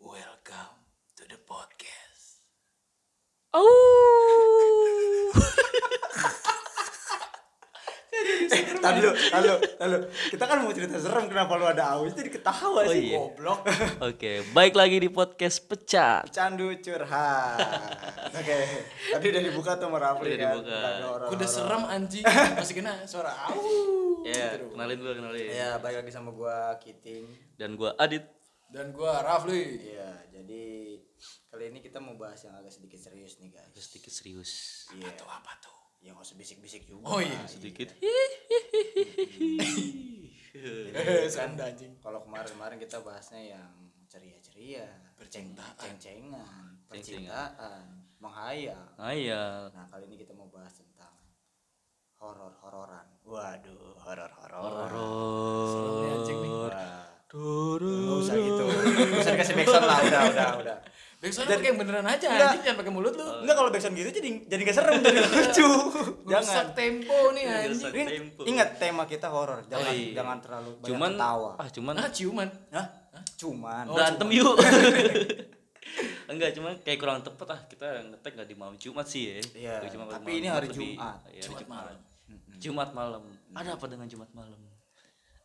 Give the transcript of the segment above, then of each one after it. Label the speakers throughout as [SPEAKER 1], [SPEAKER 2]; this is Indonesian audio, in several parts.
[SPEAKER 1] Welcome to the podcast.
[SPEAKER 2] Oh.
[SPEAKER 3] Tahan lu, tahan lu, tahan lu. Kita kan mau cerita serem kenapa lu ada aus jadi
[SPEAKER 1] Oh,
[SPEAKER 3] ketawa sih
[SPEAKER 1] iya.
[SPEAKER 3] goblok.
[SPEAKER 1] Oke, baik lagi di podcast pecat.
[SPEAKER 3] Candu curhat. Oke. Tadi udah dibuka tuh sama Rafli
[SPEAKER 1] Udah
[SPEAKER 3] kan.
[SPEAKER 1] dibuka.
[SPEAKER 3] Udah
[SPEAKER 4] Udah serem anjing, masih kena suara au.
[SPEAKER 1] Ya, kenalin dulu, kenalin.
[SPEAKER 3] Ya, balik lagi sama gua Kiting.
[SPEAKER 1] Dan gua Adit.
[SPEAKER 4] Dan gua Rafli.
[SPEAKER 3] Iya, jadi kali ini kita mau bahas yang agak sedikit serius nih guys.
[SPEAKER 1] Terus sedikit serius.
[SPEAKER 3] Iya. Atau apa tuh? Ya nggak usah bisik-bisik juga.
[SPEAKER 4] Oh iya.
[SPEAKER 1] Sedikit.
[SPEAKER 4] Sanda anjing.
[SPEAKER 3] Kan Kalau kemarin-kemarin kita bahasnya yang ceria-ceria, percintaan, cengan, percintaan, menghayal.
[SPEAKER 1] Ah, Ayah.
[SPEAKER 3] Nah kali ini kita mau bahas tentang horor-hororan. Waduh, horor-hororan.
[SPEAKER 1] Horor.
[SPEAKER 3] Wah. Nggak usah gitu. Nggak usah dikasih backsound lah. Udah, udah, udah.
[SPEAKER 4] Besok lu pakai yang beneran aja anjing, jangan pakai mulut lu.
[SPEAKER 3] Enggak kalau backsound gitu jadi jadi nggak serem jadi lucu.
[SPEAKER 4] Rusak
[SPEAKER 3] Jangan. Iya,
[SPEAKER 4] tempo nih anjing. Nah,
[SPEAKER 1] Rusak
[SPEAKER 3] Ini
[SPEAKER 1] tempo.
[SPEAKER 3] ingat tema kita horor. Jangan
[SPEAKER 1] iya.
[SPEAKER 3] jangan terlalu banyak
[SPEAKER 1] Cuman
[SPEAKER 3] ketawa.
[SPEAKER 1] ah cuman
[SPEAKER 4] Nah, ciuman.
[SPEAKER 3] Hah? Cuman.
[SPEAKER 1] berantem yuk. Enggak, cuman kayak kurang tepat ah kita ngetek nggak di malam Jumat sih ya.
[SPEAKER 3] Iya,
[SPEAKER 1] Gua cuma
[SPEAKER 3] tapi
[SPEAKER 1] malam
[SPEAKER 3] ini hari
[SPEAKER 1] lebih-
[SPEAKER 3] Jumat.
[SPEAKER 1] Iya, hari Jumat malam. Jumat malam. Ada apa dengan Jumat malam?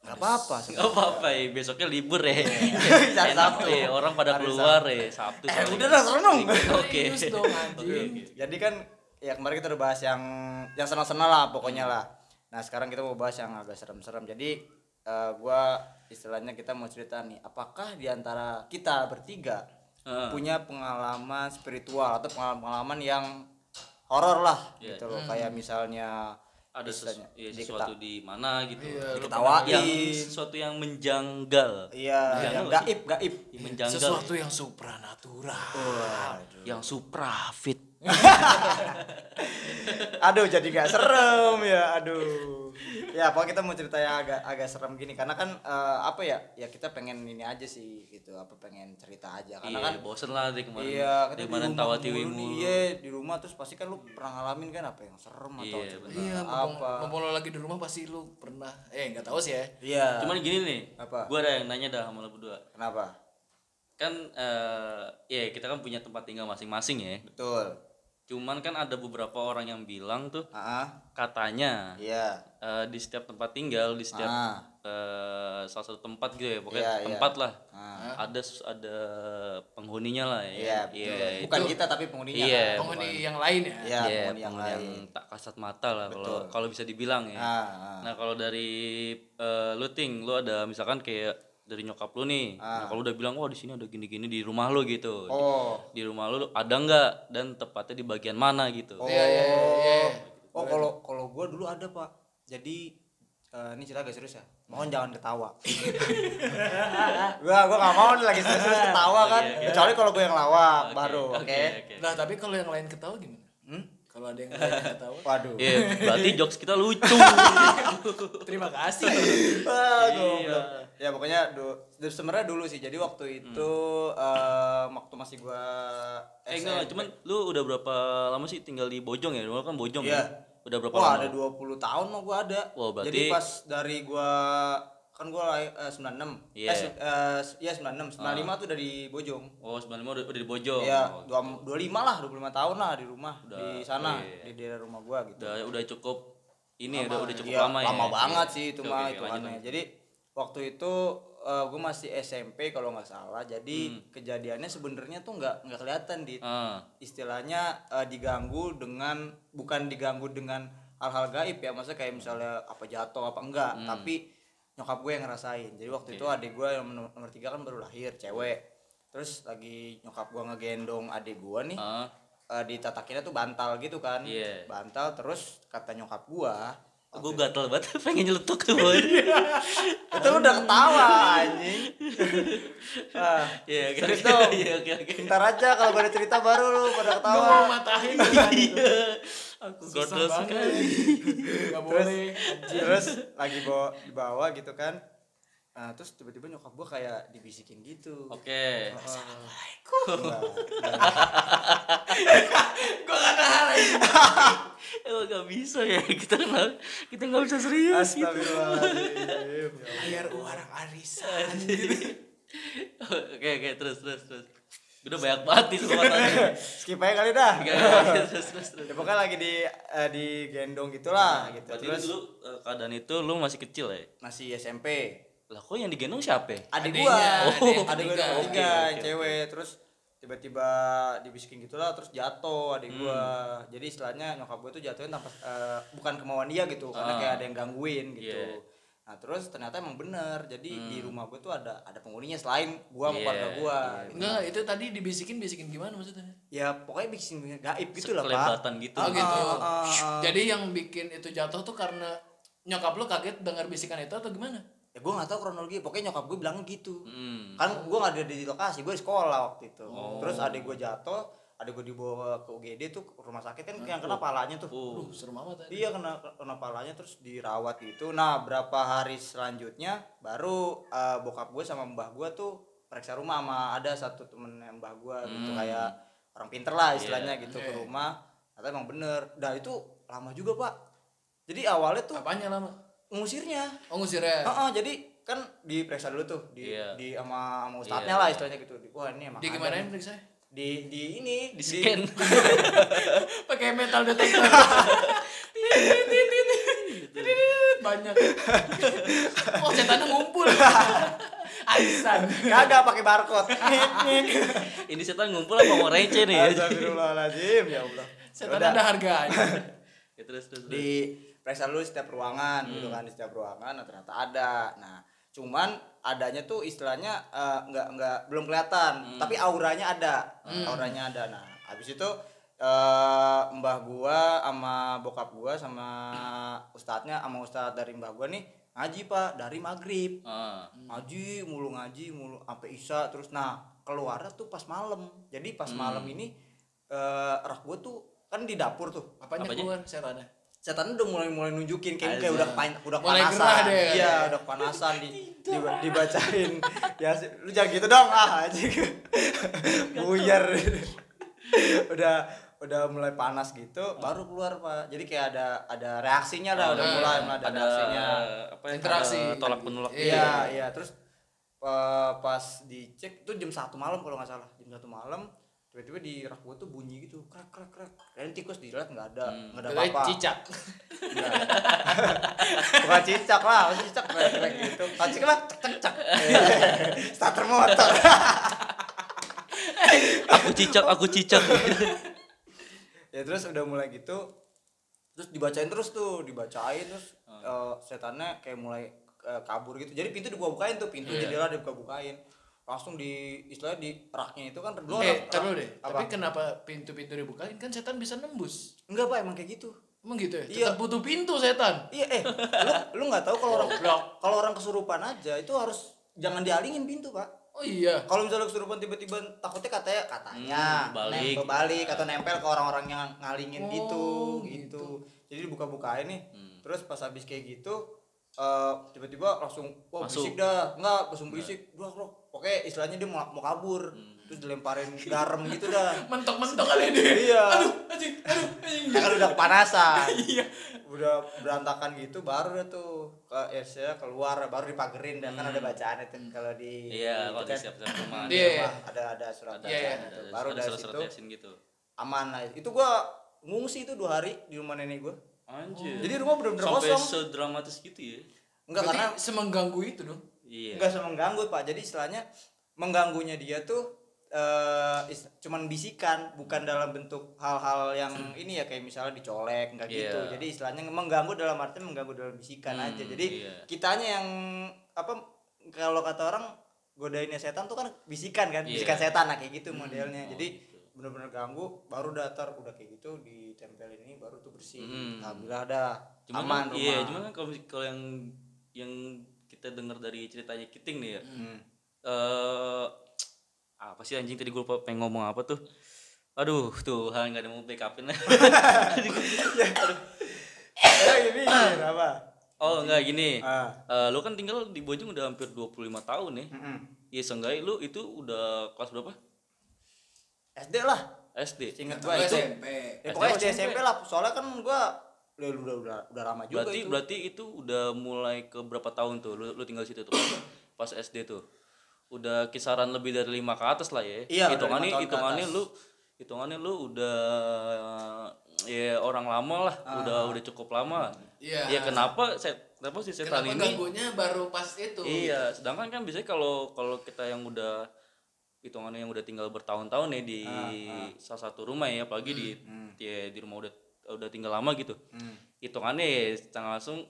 [SPEAKER 3] Enggak apa-apa.
[SPEAKER 1] Gak apa-apa ya, besoknya libur ya.
[SPEAKER 3] Hari
[SPEAKER 1] Enak
[SPEAKER 3] Iya, Sabtu.
[SPEAKER 1] ya, orang pada
[SPEAKER 3] Hari
[SPEAKER 1] keluar ya Sabtu.
[SPEAKER 3] Eh, Iya.
[SPEAKER 1] soalnya.
[SPEAKER 3] udah lah, serem dong.
[SPEAKER 1] Oke.
[SPEAKER 4] Serius dong anjing.
[SPEAKER 3] Jadi kan ya kemarin kita udah bahas yang yang senang-senang lah pokoknya lah. Nah sekarang kita mau bahas yang agak serem-serem. Jadi eh, gua istilahnya kita mau cerita nih, apakah diantara kita bertiga
[SPEAKER 1] Heeh.
[SPEAKER 3] punya pengalaman spiritual atau pengalaman-pengalaman yang horor lah
[SPEAKER 1] Iya.
[SPEAKER 3] gitu loh. Kayak misalnya
[SPEAKER 1] Ada sesu-
[SPEAKER 3] istilahnya, Iya,
[SPEAKER 1] ya,
[SPEAKER 3] diketa-
[SPEAKER 1] sesuatu di mana gitu.
[SPEAKER 3] diketawain.
[SPEAKER 1] Yang sesuatu yang menjanggal.
[SPEAKER 3] Iya, yang gaib, gaib.
[SPEAKER 1] Yang menjanggal.
[SPEAKER 4] Sesuatu yang supranatural.
[SPEAKER 3] Waduh.
[SPEAKER 1] yang suprafit.
[SPEAKER 3] aduh jadi nggak serem ya aduh ya pokoknya kita mau cerita yang agak agak serem gini karena kan eh, apa ya ya kita pengen ini aja sih gitu apa pengen cerita aja karena
[SPEAKER 1] Iya,
[SPEAKER 3] kan
[SPEAKER 1] bosen lah dari kemarin.
[SPEAKER 3] iya kita
[SPEAKER 1] dari
[SPEAKER 3] di
[SPEAKER 1] kemarin
[SPEAKER 3] rumah
[SPEAKER 1] tawa
[SPEAKER 3] mulu
[SPEAKER 1] tiwi
[SPEAKER 3] nih,
[SPEAKER 1] mulu.
[SPEAKER 3] iya di rumah terus pasti kan lu pernah ngalamin kan apa yang serem atau
[SPEAKER 1] Iya,
[SPEAKER 3] cerita
[SPEAKER 4] Iya,
[SPEAKER 3] Oh, apa
[SPEAKER 4] mumpung mumpung lo lagi di rumah pasti lu pernah eh enggak tahu sih ya.
[SPEAKER 3] iya
[SPEAKER 1] Cuman gini nih,
[SPEAKER 3] Apa?
[SPEAKER 1] gua ada yang nanya dah sama lo berdua.
[SPEAKER 3] kenapa
[SPEAKER 1] Kan eh ya kita kan punya tempat tinggal masing-masing ya.
[SPEAKER 3] betul
[SPEAKER 1] Cuman kan ada beberapa orang yang bilang tuh
[SPEAKER 3] ah
[SPEAKER 1] katanya
[SPEAKER 3] iya
[SPEAKER 1] eh, di setiap tempat tinggal di setiap
[SPEAKER 3] Ah.
[SPEAKER 1] eh, salah satu tempat gitu ya pokoknya
[SPEAKER 3] Iya, iya.
[SPEAKER 1] tempat lah
[SPEAKER 3] Ah.
[SPEAKER 1] ada ada penghuninya lah
[SPEAKER 3] iya
[SPEAKER 1] ya
[SPEAKER 3] betul
[SPEAKER 1] itu-
[SPEAKER 3] bukan kita tapi penghuninya
[SPEAKER 1] Iya.
[SPEAKER 3] kan?
[SPEAKER 4] Penghuni yang lain ya.
[SPEAKER 3] iya
[SPEAKER 1] iya,
[SPEAKER 3] penghuni yang lain
[SPEAKER 1] tak kasat mata lah kalau kalau bisa dibilang ya
[SPEAKER 3] ah ah.
[SPEAKER 1] nah kalau dari eh, lu ting lu ada misalkan kayak dari nyokap lu nih nah kalau udah bilang wah di sini ada gini-gini di rumah lu gitu
[SPEAKER 3] Ah. oh
[SPEAKER 1] di rumah lu ada nggak dan tepatnya di bagian mana gitu
[SPEAKER 3] Oh.
[SPEAKER 4] Iya, iya, iya.
[SPEAKER 3] Oh, kalau kalau gua dulu ada, Pak. Jadi eh, ini cerita agak serius ya. Mohon jangan ketawa. gua gua gak mau nih lagi serius-serius ketawa kan. Kecuali kalau gua yang lawak baru, oke.
[SPEAKER 1] Iya, oke.
[SPEAKER 4] Nah, tapi kalau yang lain ketawa gimana? Hmm? Kalau ada yang lain yang ketawa,
[SPEAKER 3] Waduh.
[SPEAKER 1] Iya, berarti jokes kita lucu
[SPEAKER 4] terima kasih.
[SPEAKER 3] Wah, goblok. Ya pokoknya du- du- sebenarnya dulu sih. Jadi
[SPEAKER 1] Hmm.
[SPEAKER 3] waktu itu eh, waktu masih gua
[SPEAKER 1] Eh
[SPEAKER 3] SM.
[SPEAKER 1] enggak, cuman lu udah berapa lama sih tinggal di Bojong ya? Lu kan Bojong ya?
[SPEAKER 3] Iya.
[SPEAKER 1] Udah berapa
[SPEAKER 3] Wah,
[SPEAKER 1] lama?
[SPEAKER 3] ada 20 tahun mah gua ada.
[SPEAKER 1] Wah, berarti-
[SPEAKER 3] Jadi pas dari gua kan gua lahir, eh, 96.
[SPEAKER 1] Iya. Ah.
[SPEAKER 3] Eh, se- eh, ya 96, 95 tuh udah di Bojong.
[SPEAKER 1] Oh, 95 udah, udah di Bojong.
[SPEAKER 3] Ya,
[SPEAKER 1] Oh,
[SPEAKER 3] dua, 25 lah, 25 tahun lah di rumah, di sana,
[SPEAKER 1] iya.
[SPEAKER 3] di daerah rumah gua gitu.
[SPEAKER 1] udah udah cukup ini ya, udah udah cukup
[SPEAKER 3] Iya,
[SPEAKER 1] lama ya.
[SPEAKER 3] banget
[SPEAKER 1] Iya.
[SPEAKER 3] sih itu
[SPEAKER 1] Oke,
[SPEAKER 3] mah
[SPEAKER 1] oke,
[SPEAKER 3] itu
[SPEAKER 1] lanjut,
[SPEAKER 3] aneh.
[SPEAKER 1] lanjut.
[SPEAKER 3] Jadi waktu itu eh, gua masih SMP kalau nggak salah. Jadi kejadiannya sebenarnya tuh nggak nggak kelihatan di
[SPEAKER 1] Hmm. Ah,
[SPEAKER 3] istilahnya eh, diganggu dengan bukan diganggu dengan hal-hal gaib ya maksudnya kayak misalnya apa jatuh apa enggak
[SPEAKER 1] Hmm.
[SPEAKER 3] tapi nyokap gue yang ngerasain jadi waktu itu adik gue yang nomor, nomor tiga kan baru lahir cewek terus lagi nyokap gue ngegendong adik gue nih
[SPEAKER 1] ah.
[SPEAKER 3] eh, ditatakinnya tuh bantal gitu kan
[SPEAKER 1] Iya.
[SPEAKER 3] bantal terus kata nyokap gue
[SPEAKER 1] Gue gatel banget pengen nyeletuk tuh. Boy.
[SPEAKER 3] Iya, itu lu udah ketawa anjing ah,
[SPEAKER 1] Iya, oke.
[SPEAKER 3] Serius
[SPEAKER 1] oke,
[SPEAKER 3] dong.
[SPEAKER 1] Iya, oke oke.
[SPEAKER 3] ntar aja kalau gue ada cerita baru lu pada
[SPEAKER 4] Gua
[SPEAKER 3] ketawa
[SPEAKER 4] mau matahin kan.
[SPEAKER 1] Iya. Aku
[SPEAKER 4] Susah
[SPEAKER 1] gatel
[SPEAKER 4] banget.
[SPEAKER 1] sekali.
[SPEAKER 4] Gak
[SPEAKER 3] terus
[SPEAKER 4] boleh.
[SPEAKER 3] terus lagi bawa dibawa gitu kan nah, terus tiba-tiba nyokap gue kayak dibisikin gitu
[SPEAKER 1] Oke.
[SPEAKER 3] Wah,
[SPEAKER 4] Gue gak nahan.
[SPEAKER 1] Emang gak bisa ya kita kenapa kita nggak bisa serius gitu.
[SPEAKER 3] Astagfirullahaladzim.
[SPEAKER 4] Layar uara arisan gitu.
[SPEAKER 1] Oke oke terus terus terus. Udah banyak banget nih semua tanya.
[SPEAKER 3] Skip aja kali dah.
[SPEAKER 1] terus terus terus.
[SPEAKER 3] Ya, pokoknya lagi di eh, digendong gitulah gitu.
[SPEAKER 1] Berarti
[SPEAKER 3] Terus
[SPEAKER 1] dulu eh, keadaan itu lu masih kecil ya?
[SPEAKER 3] masih SMP.
[SPEAKER 1] Lah kok yang digendong siapa? ya?
[SPEAKER 4] Adeknya,
[SPEAKER 3] Adik gua. Oh,
[SPEAKER 4] adek yang
[SPEAKER 3] Adik gua
[SPEAKER 4] ketiga.
[SPEAKER 1] Oke,
[SPEAKER 3] ada tiga
[SPEAKER 1] oke,
[SPEAKER 3] yang
[SPEAKER 1] oke.
[SPEAKER 3] cewek terus tiba-tiba dibisikin gitulah terus jatuh
[SPEAKER 1] Hmm.
[SPEAKER 3] adik gua. Jadi istilahnya nyokap gua tuh jatuhin tanpa eh, bukan kemauan dia gitu karena
[SPEAKER 1] Ah.
[SPEAKER 3] kayak ada yang gangguin gitu.
[SPEAKER 1] Iya.
[SPEAKER 3] Nah, terus ternyata emang bener. Jadi di
[SPEAKER 1] Hmm.
[SPEAKER 3] rumah gua tuh ada ada penghuninya selain gua sama
[SPEAKER 1] Iya,
[SPEAKER 3] keluarga gua.
[SPEAKER 1] iya.
[SPEAKER 3] gitu.
[SPEAKER 4] Enggak, itu tadi dibisikin bisikin gimana maksudnya?
[SPEAKER 3] Ya pokoknya bikin gaib gitu lah, Pak.
[SPEAKER 1] Sekelebatan gitu.
[SPEAKER 4] Oh
[SPEAKER 3] Ah,
[SPEAKER 4] gitu.
[SPEAKER 3] ah, ah, ah.
[SPEAKER 4] Jadi yang bikin itu jatuh tuh karena nyokap lu kaget dengar bisikan itu atau gimana?
[SPEAKER 3] Ya gua nggak tahu kronologi, pokoknya nyokap gua bilang gitu.
[SPEAKER 1] Hmm. Oh.
[SPEAKER 3] kan gue nggak ada di lokasi gue di sekolah waktu itu terus adik gue jatuh adik gue dibawa ke UGD tuh ke rumah sakit kan yang kena palanya tuh
[SPEAKER 1] Oh.
[SPEAKER 4] Duh, serem amat eh. tadi.
[SPEAKER 3] iya kena kena palanya terus dirawat gitu nah berapa hari selanjutnya baru eh, bokap gue sama mbah gue tuh periksa rumah sama ada satu temen yang mbah gue gitu
[SPEAKER 1] Hmm.
[SPEAKER 3] kayak orang pinter lah istilahnya gitu ke
[SPEAKER 4] Iya.
[SPEAKER 3] rumah atau emang bener dan itu lama juga pak jadi awalnya tuh
[SPEAKER 4] Apanya lama?
[SPEAKER 3] ngusirnya
[SPEAKER 4] Oh ngusirnya.
[SPEAKER 3] Heeh, jadi kan diperiksa dulu tuh di
[SPEAKER 1] Iya.
[SPEAKER 3] di sama sama ustadznya
[SPEAKER 1] Iya.
[SPEAKER 3] lah istilahnya gitu. Di- Wah, ini emang
[SPEAKER 4] Di
[SPEAKER 3] ada
[SPEAKER 4] gimana
[SPEAKER 3] nih.
[SPEAKER 4] periksa?
[SPEAKER 3] Di di ini
[SPEAKER 1] Di scan.
[SPEAKER 4] Pakai metal detector. Banyak. Oh, setannya ngumpul. Arisan.
[SPEAKER 3] Kagak pakai barcode. Nyik, nyik.
[SPEAKER 1] Ini setan ngumpul apa mau receh nih?
[SPEAKER 3] Astagfirullahaladzim ya Allah.
[SPEAKER 4] Setan
[SPEAKER 3] Yaudah,
[SPEAKER 4] ada harganya.
[SPEAKER 1] ya terus terus. terus.
[SPEAKER 3] di periksa dulu setiap ruangan gitu kan di setiap ruangan nah ternyata ada. Nah, cuman adanya tuh istilahnya eh, nggak nggak belum kelihatan, tapi auranya ada. Auranya ada. Nah, habis itu eh mbah gua sama bokap gua sama ustadznya sama ustadz dari mbah gua nih ngaji pak dari maghrib
[SPEAKER 1] Ah.
[SPEAKER 3] ngaji mulu ngaji mulu sampai isya terus nah keluar tuh pas malam jadi pas malam ini eh rak gue tuh kan di dapur tuh
[SPEAKER 4] Apanya
[SPEAKER 1] Apanya?
[SPEAKER 4] keluar setannya?
[SPEAKER 3] setan udah mulai mulai nunjukin kayak
[SPEAKER 1] Azan.
[SPEAKER 3] kayak udah pan, udah
[SPEAKER 4] Mulai gerah kan?
[SPEAKER 3] panasan
[SPEAKER 4] deh.
[SPEAKER 3] iya udah panasan di, di- dibacain ya sih, lu jangan gitu dong ah anjing buyar udah udah mulai panas gitu baru keluar pak jadi kayak ada ada reaksinya lah udah
[SPEAKER 4] Ah,
[SPEAKER 3] mulai mulai ada,
[SPEAKER 1] ada
[SPEAKER 3] reaksinya
[SPEAKER 1] apa ya,
[SPEAKER 4] Interaksi.
[SPEAKER 1] ada tolak menolak
[SPEAKER 3] Iya,
[SPEAKER 1] gitu.
[SPEAKER 3] iya. Terus eh, pas dicek itu jam satu malam kalau nggak salah, jam satu malam tiba-tiba di rak gua tuh bunyi gitu, krak krak krak. Dan tikus dilihat nggak ada, nggak ada apa-apa.
[SPEAKER 4] Hmm. Cicak.
[SPEAKER 3] Iya. Bukan cicak lah, masih cicak krek krek gitu. Kacik lah, cek cek cek.
[SPEAKER 4] Iya.
[SPEAKER 3] Starter motor.
[SPEAKER 1] aku cicak aku cicak
[SPEAKER 3] ya terus udah mulai gitu, terus dibacain terus tuh, dibacain terus
[SPEAKER 4] Oh.
[SPEAKER 3] eh, setannya kayak mulai eh, kabur gitu. Jadi pintu dibuka bukain tuh, pintu
[SPEAKER 4] Iya.
[SPEAKER 3] jendela dibuka bukain langsung di istilahnya di raknya itu kan dulu
[SPEAKER 4] Eh,
[SPEAKER 3] rak-
[SPEAKER 4] taruh
[SPEAKER 3] rak-
[SPEAKER 4] deh.
[SPEAKER 3] apa?
[SPEAKER 4] Tapi kenapa pintu-pintu dibukain? Kan setan bisa nembus.
[SPEAKER 3] Enggak pak, emang kayak gitu.
[SPEAKER 4] Emang gitu ya?
[SPEAKER 3] Iya.
[SPEAKER 4] Tetap butuh pintu setan.
[SPEAKER 3] Iya eh, lu lu nggak tahu kalau orang
[SPEAKER 4] Goblok.
[SPEAKER 3] kalau orang kesurupan aja itu harus jangan dialingin pintu pak.
[SPEAKER 4] Oh iya.
[SPEAKER 3] Kalau misalnya kesurupan tiba-tiba takutnya katanya katanya
[SPEAKER 1] Hmm, balik.
[SPEAKER 3] nempel balik atau nempel ke orang-orang yang ngalingin
[SPEAKER 4] Oh,
[SPEAKER 3] gitu,
[SPEAKER 4] gitu.
[SPEAKER 3] gitu jadi dibuka-bukain nih
[SPEAKER 1] Hmm.
[SPEAKER 3] terus pas habis kayak gitu eh, tiba-tiba langsung wah
[SPEAKER 1] Masuk.
[SPEAKER 3] berisik dah nggak langsung berisik dua loh pokoknya istilahnya dia mau, mau kabur
[SPEAKER 1] Hmm.
[SPEAKER 3] terus dilemparin garam gitu dah
[SPEAKER 4] Mentok-mentok kali ini.
[SPEAKER 3] Iya.
[SPEAKER 4] Aduh, anjing. Aduh, anjing.
[SPEAKER 3] Ya kan udah kepanasan
[SPEAKER 4] Iya.
[SPEAKER 3] udah berantakan gitu baru dah tuh ke ya keluar baru dipagerin dan kan ada bacaan itu kalau di
[SPEAKER 1] Hmm. iya
[SPEAKER 3] itu
[SPEAKER 1] kalau di
[SPEAKER 3] kan,
[SPEAKER 1] siap siap rumah
[SPEAKER 4] Iya.
[SPEAKER 1] ada
[SPEAKER 3] wah, ada ada surat
[SPEAKER 1] ada
[SPEAKER 4] Iya, iya.
[SPEAKER 3] bacaan itu.
[SPEAKER 1] ada-
[SPEAKER 3] baru
[SPEAKER 1] ada
[SPEAKER 3] dari
[SPEAKER 1] surat-surat
[SPEAKER 3] situ
[SPEAKER 1] yasin gitu
[SPEAKER 3] aman lah itu gua ngungsi itu dua hari di rumah nenek gua
[SPEAKER 1] anjir
[SPEAKER 3] jadi rumah bener-bener
[SPEAKER 1] sampai
[SPEAKER 3] kosong
[SPEAKER 1] sedramatis gitu ya
[SPEAKER 3] enggak
[SPEAKER 4] Berarti
[SPEAKER 3] karena
[SPEAKER 4] semengganggu itu dong.
[SPEAKER 1] iya
[SPEAKER 3] enggak sama mengganggu pak jadi istilahnya mengganggunya dia tuh eh is- cuman bisikan bukan
[SPEAKER 1] Hmm.
[SPEAKER 3] dalam bentuk hal-hal yang ini ya kayak misalnya dicolek enggak gitu
[SPEAKER 1] Iya.
[SPEAKER 3] jadi istilahnya mengganggu dalam arti mengganggu dalam bisikan
[SPEAKER 1] Hmm,
[SPEAKER 3] aja jadi
[SPEAKER 1] iya.
[SPEAKER 3] kitanya yang apa kalau kata orang godainnya setan tuh kan bisikan kan
[SPEAKER 1] Iya.
[SPEAKER 3] bisikan setan nah kayak gitu modelnya
[SPEAKER 1] oh
[SPEAKER 3] jadi
[SPEAKER 1] gitu.
[SPEAKER 3] bener-bener ganggu baru datar udah kayak gitu ditempel ini baru tuh bersih
[SPEAKER 1] Hmm.
[SPEAKER 3] alhamdulillah dah
[SPEAKER 1] cuman
[SPEAKER 3] aman
[SPEAKER 1] kan-
[SPEAKER 3] rumah
[SPEAKER 1] iya cuman kan kalau kalau yang yang kita dengar dari ceritanya kiting nih ya
[SPEAKER 3] Hmm.
[SPEAKER 1] eh apa sih anjing tadi gue lupa pengen ngomong apa tuh aduh Tuhan gak ada yang mau backupin lah
[SPEAKER 3] Eh, ini apa
[SPEAKER 1] oh enggak gini
[SPEAKER 3] ah
[SPEAKER 1] Eh, lo kan tinggal di Bojong udah hampir 25
[SPEAKER 3] Hmm.
[SPEAKER 1] tahun ya
[SPEAKER 3] mm-mm.
[SPEAKER 1] Iya seenggaknya lu itu udah kelas berapa?
[SPEAKER 3] SD lah
[SPEAKER 1] SD.
[SPEAKER 3] Ingat
[SPEAKER 2] Atau
[SPEAKER 3] gua itu.
[SPEAKER 2] SMP.
[SPEAKER 3] Ya, pokoknya
[SPEAKER 1] SD,
[SPEAKER 3] SD SMP lah. Soalnya kan gua udah udah udah, udah lama juga
[SPEAKER 1] berarti
[SPEAKER 3] itu.
[SPEAKER 1] berarti itu udah mulai ke berapa tahun tuh lu, lu tinggal di situ tuh pas SD tuh udah kisaran lebih dari lima ke atas lah ya
[SPEAKER 3] Iya, udah
[SPEAKER 1] hitungannya
[SPEAKER 3] lima tahun ke
[SPEAKER 1] hitungannya
[SPEAKER 3] atas.
[SPEAKER 1] lu hitungannya lu udah ya orang lama lah
[SPEAKER 3] Ah.
[SPEAKER 1] udah udah cukup lama
[SPEAKER 4] Iya.
[SPEAKER 1] ya kenapa saya kenapa si setan
[SPEAKER 4] Kenapa
[SPEAKER 1] ini
[SPEAKER 4] ganggunya baru pas itu?
[SPEAKER 1] Iya, sedangkan kan biasanya kalau kalau kita yang udah hitungannya yang udah tinggal bertahun-tahun ya di
[SPEAKER 4] Ah,
[SPEAKER 1] salah satu rumah ya, apalagi di
[SPEAKER 4] Hmm,
[SPEAKER 1] ya, di rumah udah udah tinggal lama gitu. Hitungannya ya secara langsung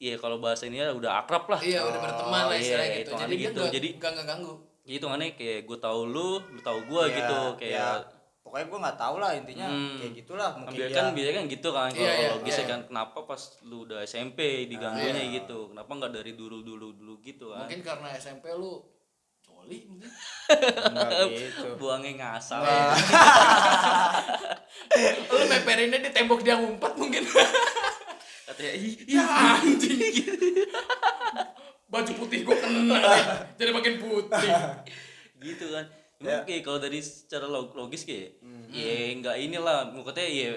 [SPEAKER 1] ya kalau bahasa ini ya udah akrab lah.
[SPEAKER 4] Iya, udah berteman lah
[SPEAKER 1] iya,
[SPEAKER 4] istilahnya gitu.
[SPEAKER 1] hitungannya
[SPEAKER 4] Jadi
[SPEAKER 1] gitu.
[SPEAKER 4] gitu. Jadi
[SPEAKER 1] Jadi-
[SPEAKER 4] gak ganggu.
[SPEAKER 1] Jadi Hitungannya kayak gue tahu lu, lu tahu gue
[SPEAKER 4] Iya,
[SPEAKER 3] Ya,
[SPEAKER 1] gitu
[SPEAKER 3] ya,
[SPEAKER 1] kayak
[SPEAKER 3] pokoknya gua nggak tahu lah intinya
[SPEAKER 1] Hmm.
[SPEAKER 3] kayak gitulah mungkin
[SPEAKER 1] Ambil
[SPEAKER 3] dia.
[SPEAKER 1] kan biasanya kan gitu kan kalau
[SPEAKER 4] Iya, iya,
[SPEAKER 1] logis
[SPEAKER 4] iya. Ah,
[SPEAKER 1] kan kenapa pas lu udah SMP diganggunya gitu kenapa nggak dari dulu dulu dulu gitu kan
[SPEAKER 4] Mungkin karena SMP lu coli mungkin.
[SPEAKER 3] Nggak gitu.
[SPEAKER 1] buangnya ngasal
[SPEAKER 4] lu meperinnya di tembok dia ngumpet mungkin.
[SPEAKER 1] katanya ih
[SPEAKER 4] ya anjing gitu. Baju putih gua kena. nih. Jadi makin putih.
[SPEAKER 1] gitu kan emang kayak kalau dari secara log- logis kayak ya nggak inilah maksudnya ya